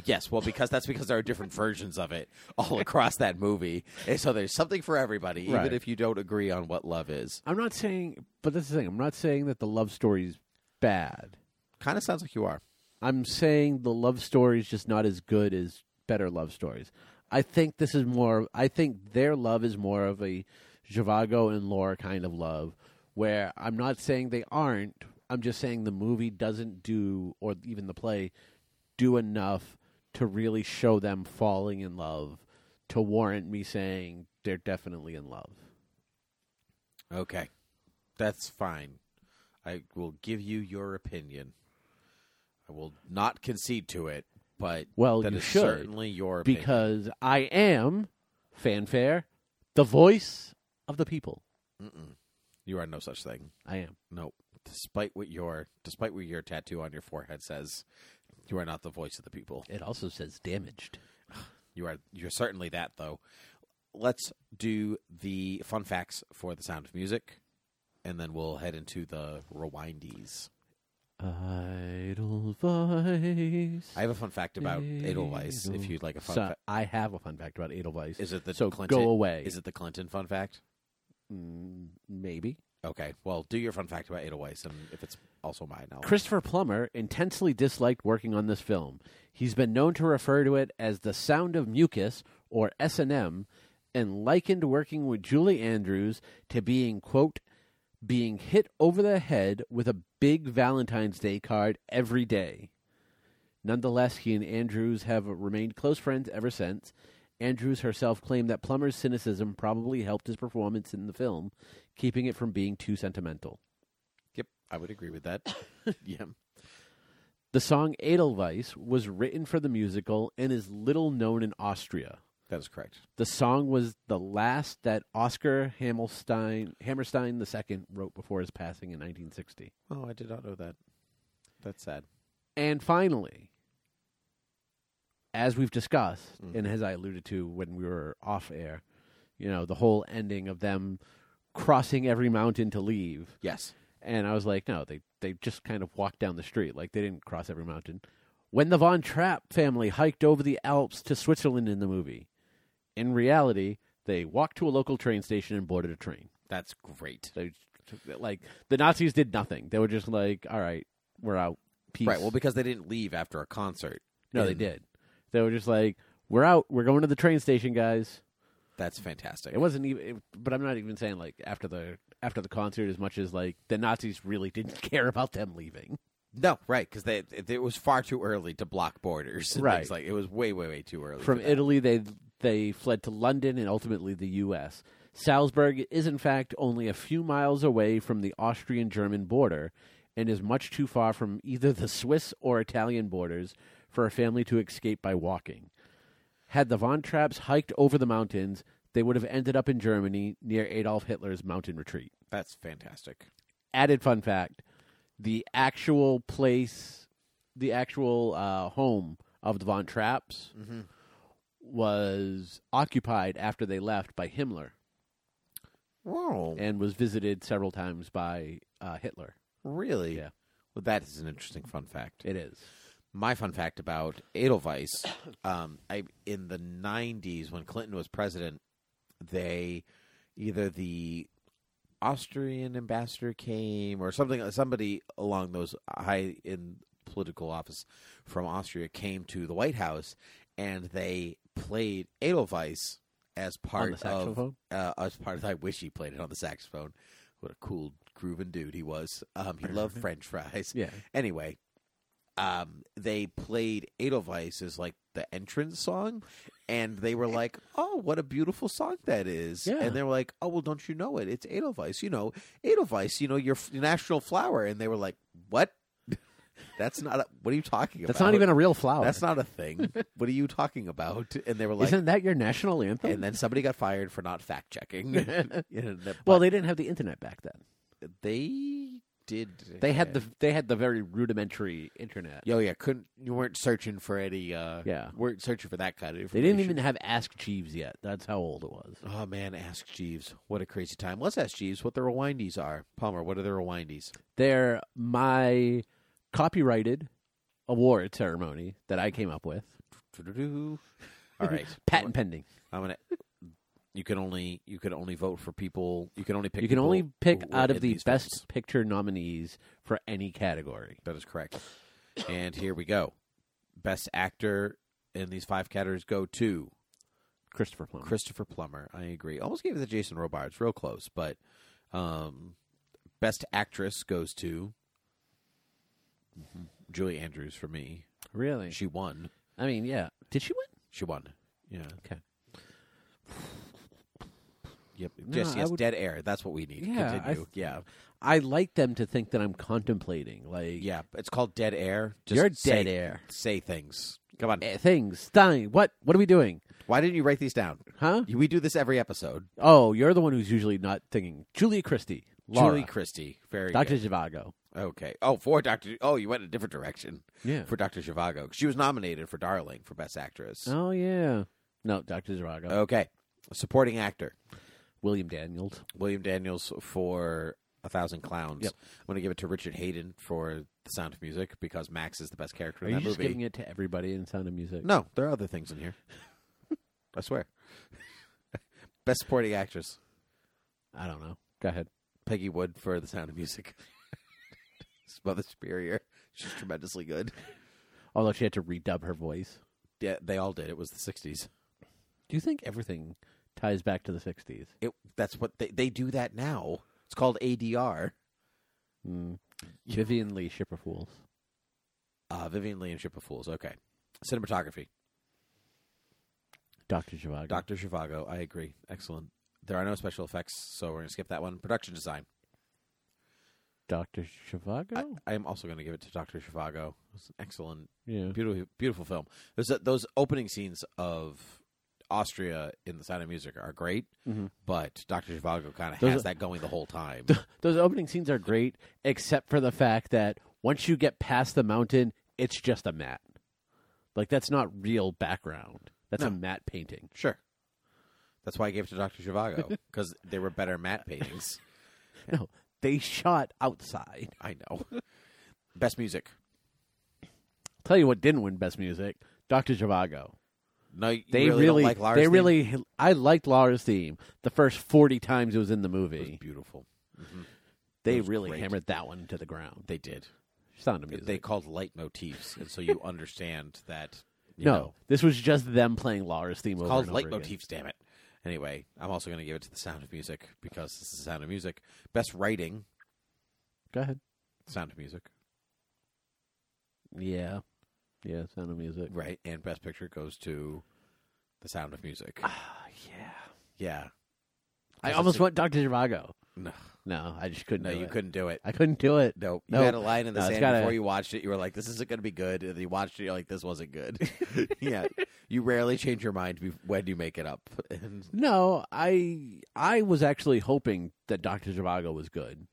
Speaker 2: Yes, well, because that's because there are different versions of it all across that movie, and so there's something for everybody, even
Speaker 3: Right.
Speaker 2: if you don't agree on what love is.
Speaker 3: I'm not saying, but that's the thing. I'm not saying that the love story's bad.
Speaker 2: Kind of sounds like you are.
Speaker 3: I'm saying the love story's just not as good as better love stories. I think this is more. I think their love is more of a Zhivago and Laura kind of love, where I'm not saying they aren't. I'm just saying the movie doesn't do, or even the play, do enough to really show them falling in love to warrant me saying they're definitely in love.
Speaker 2: Okay, that's fine. I will give you your opinion. I will not concede to it, but
Speaker 3: Well,
Speaker 2: that
Speaker 3: you
Speaker 2: is
Speaker 3: should.
Speaker 2: certainly your opinion.
Speaker 3: because I am fanfare, the voice of the people.
Speaker 2: Mm-mm. you are no such thing.
Speaker 3: I am.
Speaker 2: No, despite what your despite what your tattoo on your forehead says, You are not the voice of the people.
Speaker 3: It also says damaged.
Speaker 2: You are you're certainly that though. Let's do the fun facts for the sound of music, and then we'll head into the rewindies.
Speaker 3: Idle voice.
Speaker 2: I have a fun fact about Edelweiss. If you'd like a fun,
Speaker 3: So,
Speaker 2: fact,
Speaker 3: I have a fun fact about Edelweiss.
Speaker 2: is it the
Speaker 3: so
Speaker 2: Clinton?
Speaker 3: go away.
Speaker 2: Is it the Clinton fun fact?
Speaker 3: Mm, maybe
Speaker 2: Okay, well, do your fun fact about Edelweiss, and if it's also mine, I'll.
Speaker 3: Christopher Plummer intensely disliked working on this film. He's been known to refer to it as the sound of mucus or S and M, and likened working with Julie Andrews to being quote being hit over the head with a big Valentine's Day card every day. Nonetheless, he and Andrews have remained close friends ever since. Andrews herself claimed that Plummer's cynicism probably helped his performance in the film, keeping it from being too sentimental.
Speaker 2: Yep, I would agree with that. yeah,
Speaker 3: The song Edelweiss was written for the musical and is little known in Austria.
Speaker 2: that is correct.
Speaker 3: The song was the last that Oscar Hammerstein, Hammerstein II wrote before his passing in 1960.
Speaker 2: Oh, I did not know that. That's sad.
Speaker 3: And finally, as we've discussed, and as I alluded to when we were off air, you know, the whole ending of them crossing every mountain to leave.
Speaker 2: Yes.
Speaker 3: And I was like, no, they, they just kind of walked down the street. Like, they didn't cross every mountain. When the Von Trapp family hiked over the Alps to Switzerland in the movie, in reality, they walked to a local train station and boarded a train.
Speaker 2: That's great.
Speaker 3: They, like, the Nazis did nothing. They were just like, all right, we're out. Peace.
Speaker 2: Right. Well, because they didn't leave after a concert.
Speaker 3: no, they
Speaker 2: in-
Speaker 3: did. They were just like, we're out. We're going to the train station, guys.
Speaker 2: That's fantastic.
Speaker 3: It wasn't even, it, but I'm not even saying like after the after the concert as much as like the Nazis really didn't care about them leaving.
Speaker 2: No, right, because it, it was far too early to block borders. and
Speaker 3: Right.
Speaker 2: things like it was way, way, way too early.
Speaker 3: From
Speaker 2: for that.
Speaker 3: Italy, they they fled to London and ultimately the U.S. Salzburg is in fact only a few miles away from the Austrian-German border, and is much too far from either the Swiss or Italian borders for a family to escape by walking. Had the Von Trapps hiked over the mountains, they would have ended up in Germany near Adolf Hitler's mountain retreat.
Speaker 2: That's fantastic.
Speaker 3: Added fun fact: the actual place, the actual uh, home of the Von Trapps
Speaker 2: Mm-hmm.
Speaker 3: was occupied after they left by Himmler
Speaker 2: Whoa,
Speaker 3: and was visited several times by uh, Hitler.
Speaker 2: really?
Speaker 3: Yeah.
Speaker 2: Well, that is an interesting fun fact.
Speaker 3: It is.
Speaker 2: My fun fact about Edelweiss: um, I in the '90s when Clinton was president, they either the Austrian ambassador came or something. Somebody along those high in political office from Austria came to the White House, and they played Edelweiss as
Speaker 3: On
Speaker 2: part
Speaker 3: the
Speaker 2: of
Speaker 3: saxophone?
Speaker 2: uh, as part of. I wish he played it on the saxophone. What a cool grooving dude he was. Um, he loved French fries.
Speaker 3: Yeah.
Speaker 2: Anyway, um, they played Edelweiss as like the entrance song, and they were like, "Oh, what a beautiful song that is!"
Speaker 3: Yeah.
Speaker 2: And they were like, "Oh, well, don't you know it? It's Edelweiss. You know, Edelweiss. You know, your f- national flower." And they were like, "What? That's not. A, what are you talking
Speaker 3: That's
Speaker 2: about?
Speaker 3: not even a real flower.
Speaker 2: That's not a thing. what are you talking about?" And they were like,
Speaker 3: Isn't that your national anthem?
Speaker 2: and then somebody got fired for not fact checking.
Speaker 3: well, they didn't have the internet back then.
Speaker 2: they did.
Speaker 3: They had the they had the very rudimentary internet.
Speaker 2: Yo, yeah, couldn't you weren't searching for any? uh
Speaker 3: Yeah.
Speaker 2: weren't searching for that kind of.
Speaker 3: They didn't
Speaker 2: information.
Speaker 3: even have Ask Jeeves yet. That's how old it was.
Speaker 2: Oh man, ask Jeeves. What a crazy time. Let's ask Jeeves what the rewindies are. Palmer, what are the rewindies?
Speaker 3: They're my copyrighted award ceremony that I came up with.
Speaker 2: Doo-doo-doo. All right,
Speaker 3: Patent pending.
Speaker 2: I'm gonna. You can only you can only vote for people. You can only pick.
Speaker 3: You can
Speaker 2: people
Speaker 3: only pick
Speaker 2: who were
Speaker 3: out
Speaker 2: in
Speaker 3: of the
Speaker 2: these
Speaker 3: best
Speaker 2: films.
Speaker 3: picture nominees for any category.
Speaker 2: That is correct. And here we go. Best actor in these five categories go to
Speaker 3: Christopher Plummer.
Speaker 2: Christopher Plummer. I agree. Almost gave it to Jason Robards, real close, but um, best actress goes to mm-hmm, Julie Andrews for me.
Speaker 3: really?
Speaker 2: She won.
Speaker 3: I mean, yeah. Did she win?
Speaker 2: She won. Yeah.
Speaker 3: Okay.
Speaker 2: Yep.
Speaker 3: No,
Speaker 2: yes.
Speaker 3: I
Speaker 2: Yes.
Speaker 3: would-
Speaker 2: Dead air. That's what we need.
Speaker 3: Yeah, I
Speaker 2: Continue.
Speaker 3: th-
Speaker 2: yeah.
Speaker 3: I like them to think that I'm contemplating, like
Speaker 2: Yeah. It's called dead air. Just
Speaker 3: You're dead
Speaker 2: say-
Speaker 3: air.
Speaker 2: Say things. Come on.
Speaker 3: eh, things, dying. What? What are we doing?
Speaker 2: Why didn't you write these down?
Speaker 3: Huh?
Speaker 2: We do this every episode.
Speaker 3: Oh, you're the one who's usually not thinking. Julia Christie, Laura,
Speaker 2: Julie Christie. Very
Speaker 3: Doctor
Speaker 2: good.
Speaker 3: Zhivago.
Speaker 2: Okay. Oh, for Doctor. Oh, you went in a different direction
Speaker 3: Yeah.
Speaker 2: for Doctor Zhivago. She was nominated for Darling for Best Actress.
Speaker 3: Oh yeah. No, Doctor Zirago.
Speaker 2: Okay. Supporting actor
Speaker 3: William Daniels.
Speaker 2: William Daniels for A Thousand Clowns.
Speaker 3: Yep.
Speaker 2: I'm going to give it to Richard Hayden for The Sound of Music because Max is the best character
Speaker 3: Are
Speaker 2: in
Speaker 3: you
Speaker 2: that
Speaker 3: just
Speaker 2: movie.
Speaker 3: giving it to everybody in Sound of Music?
Speaker 2: No, there are other things in here. I swear. Best supporting actress,
Speaker 3: I don't know. Go ahead.
Speaker 2: Peggy Wood for The Sound of Music. Mother Superior. She's tremendously good.
Speaker 3: Although she had to redub her voice.
Speaker 2: Yeah, they all did. It was the 60s.
Speaker 3: Do you think everything ties back to the '60s?
Speaker 2: It that's what they they do that now. It's called ADR.
Speaker 3: Mm. Vivian Lee, Shipper Fools.
Speaker 2: Uh, Vivian Lee and Ship of Fools. Okay. Cinematography.
Speaker 3: Doctor Zhivago.
Speaker 2: Dr. Zhivago. I agree. Excellent. There are no special effects, so we're going to skip that one. Production design.
Speaker 3: Doctor Zhivago.
Speaker 2: I, I am also going to give it to Dr. Zhivago. It's an excellent
Speaker 3: yeah.
Speaker 2: beautiful, beautiful film. There's a, those opening scenes of Austria in The Sound of Music are great,
Speaker 3: Mhm.
Speaker 2: but Doctor Zhivago kind of
Speaker 3: Those
Speaker 2: has
Speaker 3: are-
Speaker 2: that going the whole time.
Speaker 3: Those opening scenes are great, except for the fact that once you get past the mountain, it's just a mat. Like that's not real background. That's a
Speaker 2: No.
Speaker 3: matte painting.
Speaker 2: sure, that's why I gave it to Doctor Zhivago because they were better matte paintings.
Speaker 3: No, they shot outside.
Speaker 2: I know. Best music.
Speaker 3: Tell you what didn't win best music, Doctor Zhivago.
Speaker 2: No, you
Speaker 3: They
Speaker 2: really, don't like Lars.
Speaker 3: they
Speaker 2: theme?
Speaker 3: really. I liked Lara's theme the first forty times it was in the
Speaker 2: It was
Speaker 3: movie.
Speaker 2: beautiful. it
Speaker 3: They
Speaker 2: was
Speaker 3: really
Speaker 2: great.
Speaker 3: hammered that one to the ground.
Speaker 2: They did.
Speaker 3: Sound of music.
Speaker 2: They called light motifs, and so you understand that. You
Speaker 3: no,
Speaker 2: know,
Speaker 3: this was just them playing Lara's theme over
Speaker 2: called
Speaker 3: and over
Speaker 2: light
Speaker 3: again.
Speaker 2: motifs. Damn it. Anyway, I'm also going to give it to The Sound of Music because this is The Sound of Music. Best writing,
Speaker 3: Go ahead.
Speaker 2: Sound of Music,
Speaker 3: Yeah, yeah. Sound of music.
Speaker 2: right? And best picture goes to The Sound of Music.
Speaker 3: Ah, yeah.
Speaker 2: yeah.
Speaker 3: I
Speaker 2: Because
Speaker 3: almost
Speaker 2: it's a-
Speaker 3: went Doctor Zhivago.
Speaker 2: No,
Speaker 3: No, I just couldn't.
Speaker 2: no,
Speaker 3: do
Speaker 2: you
Speaker 3: it.
Speaker 2: couldn't do it.
Speaker 3: I couldn't do it.
Speaker 2: No, you
Speaker 3: No.
Speaker 2: had a line in the
Speaker 3: No, it's
Speaker 2: sand
Speaker 3: gotta-
Speaker 2: before you watched it. You were like, "This isn't going to be good," and then you watched it. You're like, "This wasn't good." yeah, you rarely change your mind bef- when you make it up. And
Speaker 3: No, I I was actually hoping that Doctor Zhivago was good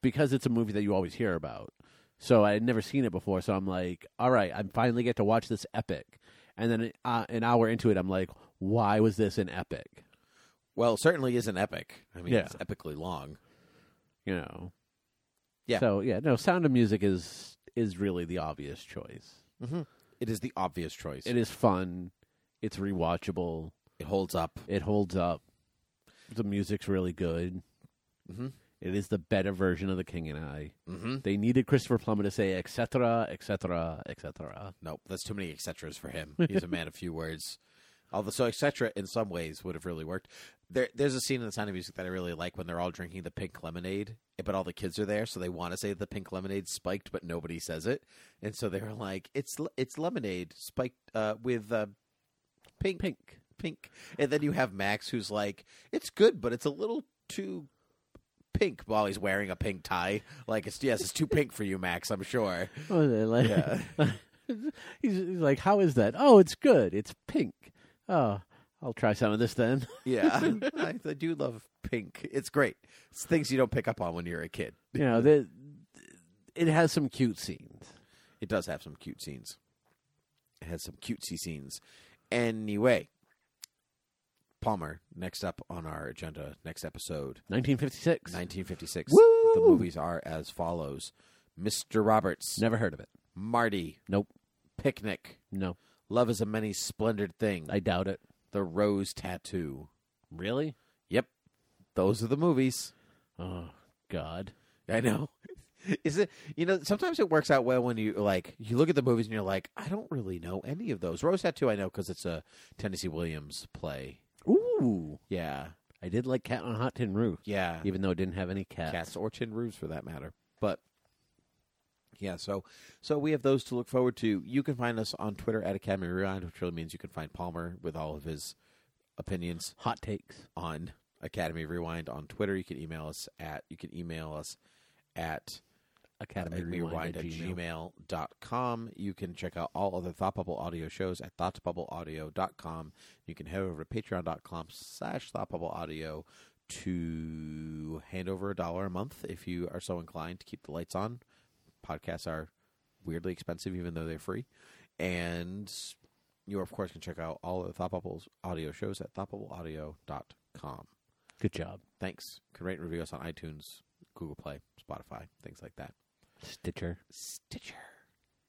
Speaker 3: because it's a movie that you always hear about. So I had never seen it before. So I'm like, all right, I finally get to watch this epic. And then uh, an hour into it, I'm like, why was this an epic?
Speaker 2: well, it certainly is an epic. I mean,
Speaker 3: Yeah.
Speaker 2: it's epically long.
Speaker 3: You know.
Speaker 2: Yeah.
Speaker 3: So yeah, no, Sound of Music is is really the obvious choice.
Speaker 2: It is the obvious choice.
Speaker 3: It is fun. It's rewatchable.
Speaker 2: It holds up.
Speaker 3: It holds up. The music's really good.
Speaker 2: Mhm.
Speaker 3: It is the better version of The King and I.
Speaker 2: Mm-hmm.
Speaker 3: They needed Christopher Plummer to say et cetera, et cetera, et cetera.
Speaker 2: Nope, that's too many etc's for him. He's a man of few words. Although, so etc. in some ways would have really worked. There, there's a scene in the Sound of Music that I really like when they're all drinking the pink lemonade, but all the kids are there, so they want to say the pink lemonade spiked, but nobody says it, and so they're like, "It's le- it's lemonade spiked uh, with uh, pink,
Speaker 3: Pink.
Speaker 2: pink." And then you have Max, who's like, "It's good, but it's a little too." Pink while he's wearing a pink tie. Like it's yes, it's too pink for you, Max, I'm sure.
Speaker 3: Oh, they're like,
Speaker 2: Yeah.
Speaker 3: he's, he's like, how is that? Oh, it's good. It's pink. Oh, I'll try some of this then.
Speaker 2: Yeah, I, I do love pink. It's great. It's things you don't pick up on when you're a kid.
Speaker 3: you know, the, it has some cute scenes.
Speaker 2: It does have some cute scenes. It has some cutesy scenes. Anyway, Palmer, next up on our agenda, next episode,
Speaker 3: 1956.
Speaker 2: 1956.
Speaker 3: Woo!
Speaker 2: The movies are as follows Mr. Roberts,
Speaker 3: Never heard of it.
Speaker 2: Marty,
Speaker 3: Nope.
Speaker 2: Picnic,
Speaker 3: No,
Speaker 2: Love is a Many Splendored Thing,
Speaker 3: I doubt it.
Speaker 2: The Rose Tattoo.
Speaker 3: Really?
Speaker 2: Yep, those are the movies.
Speaker 3: Oh, God.
Speaker 2: I know. Is it you know, sometimes it works out well when you like you look at the movies and you're like, I don't really know any of those. Rose Tattoo I know because it's a Tennessee Williams play.
Speaker 3: Ooh.
Speaker 2: Yeah.
Speaker 3: I did like Cat on a Hot Tin Roof,
Speaker 2: Yeah.
Speaker 3: even though it didn't have any cats.
Speaker 2: Cats or Chin Roofs for that matter. But yeah, so so we have those to look forward to. You can find us on Twitter at Academy Rewind, which really means you can find Palmer with all of his opinions
Speaker 3: Hot takes.
Speaker 2: on Academy Rewind on Twitter. You can email us at you can email us at
Speaker 3: Academy
Speaker 2: rewind
Speaker 3: Rewind, at
Speaker 2: at
Speaker 3: Gmail.
Speaker 2: gmail.com. You can check out all other Thought Bubble Audio shows at thoughtbubbleaudio.com. You can head over to patreon.com slash thoughtbubbleaudio to hand over a dollar a month if you are so inclined to keep the lights on. Podcasts are weirdly expensive, even though they're free. And you, of course, can check out all of the Thought Bubbles audio shows at thoughtbubbleaudio.com.
Speaker 3: Good job.
Speaker 2: Thanks. You can rate and review us on iTunes, Google Play, Spotify, things like that.
Speaker 3: Stitcher.
Speaker 2: Stitcher.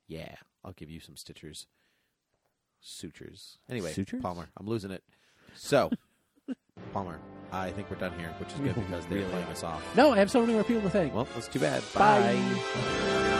Speaker 2: Yeah, I'll give you some Stitchers. Sutures. Anyway,
Speaker 3: Sutures?
Speaker 2: Palmer, I'm losing it. So, Palmer, I think we're done here, which is good because they're
Speaker 3: Really?
Speaker 2: playing us off.
Speaker 3: No, I have so many more people to thank.
Speaker 2: Well, that's too bad.
Speaker 3: Bye.
Speaker 2: Bye.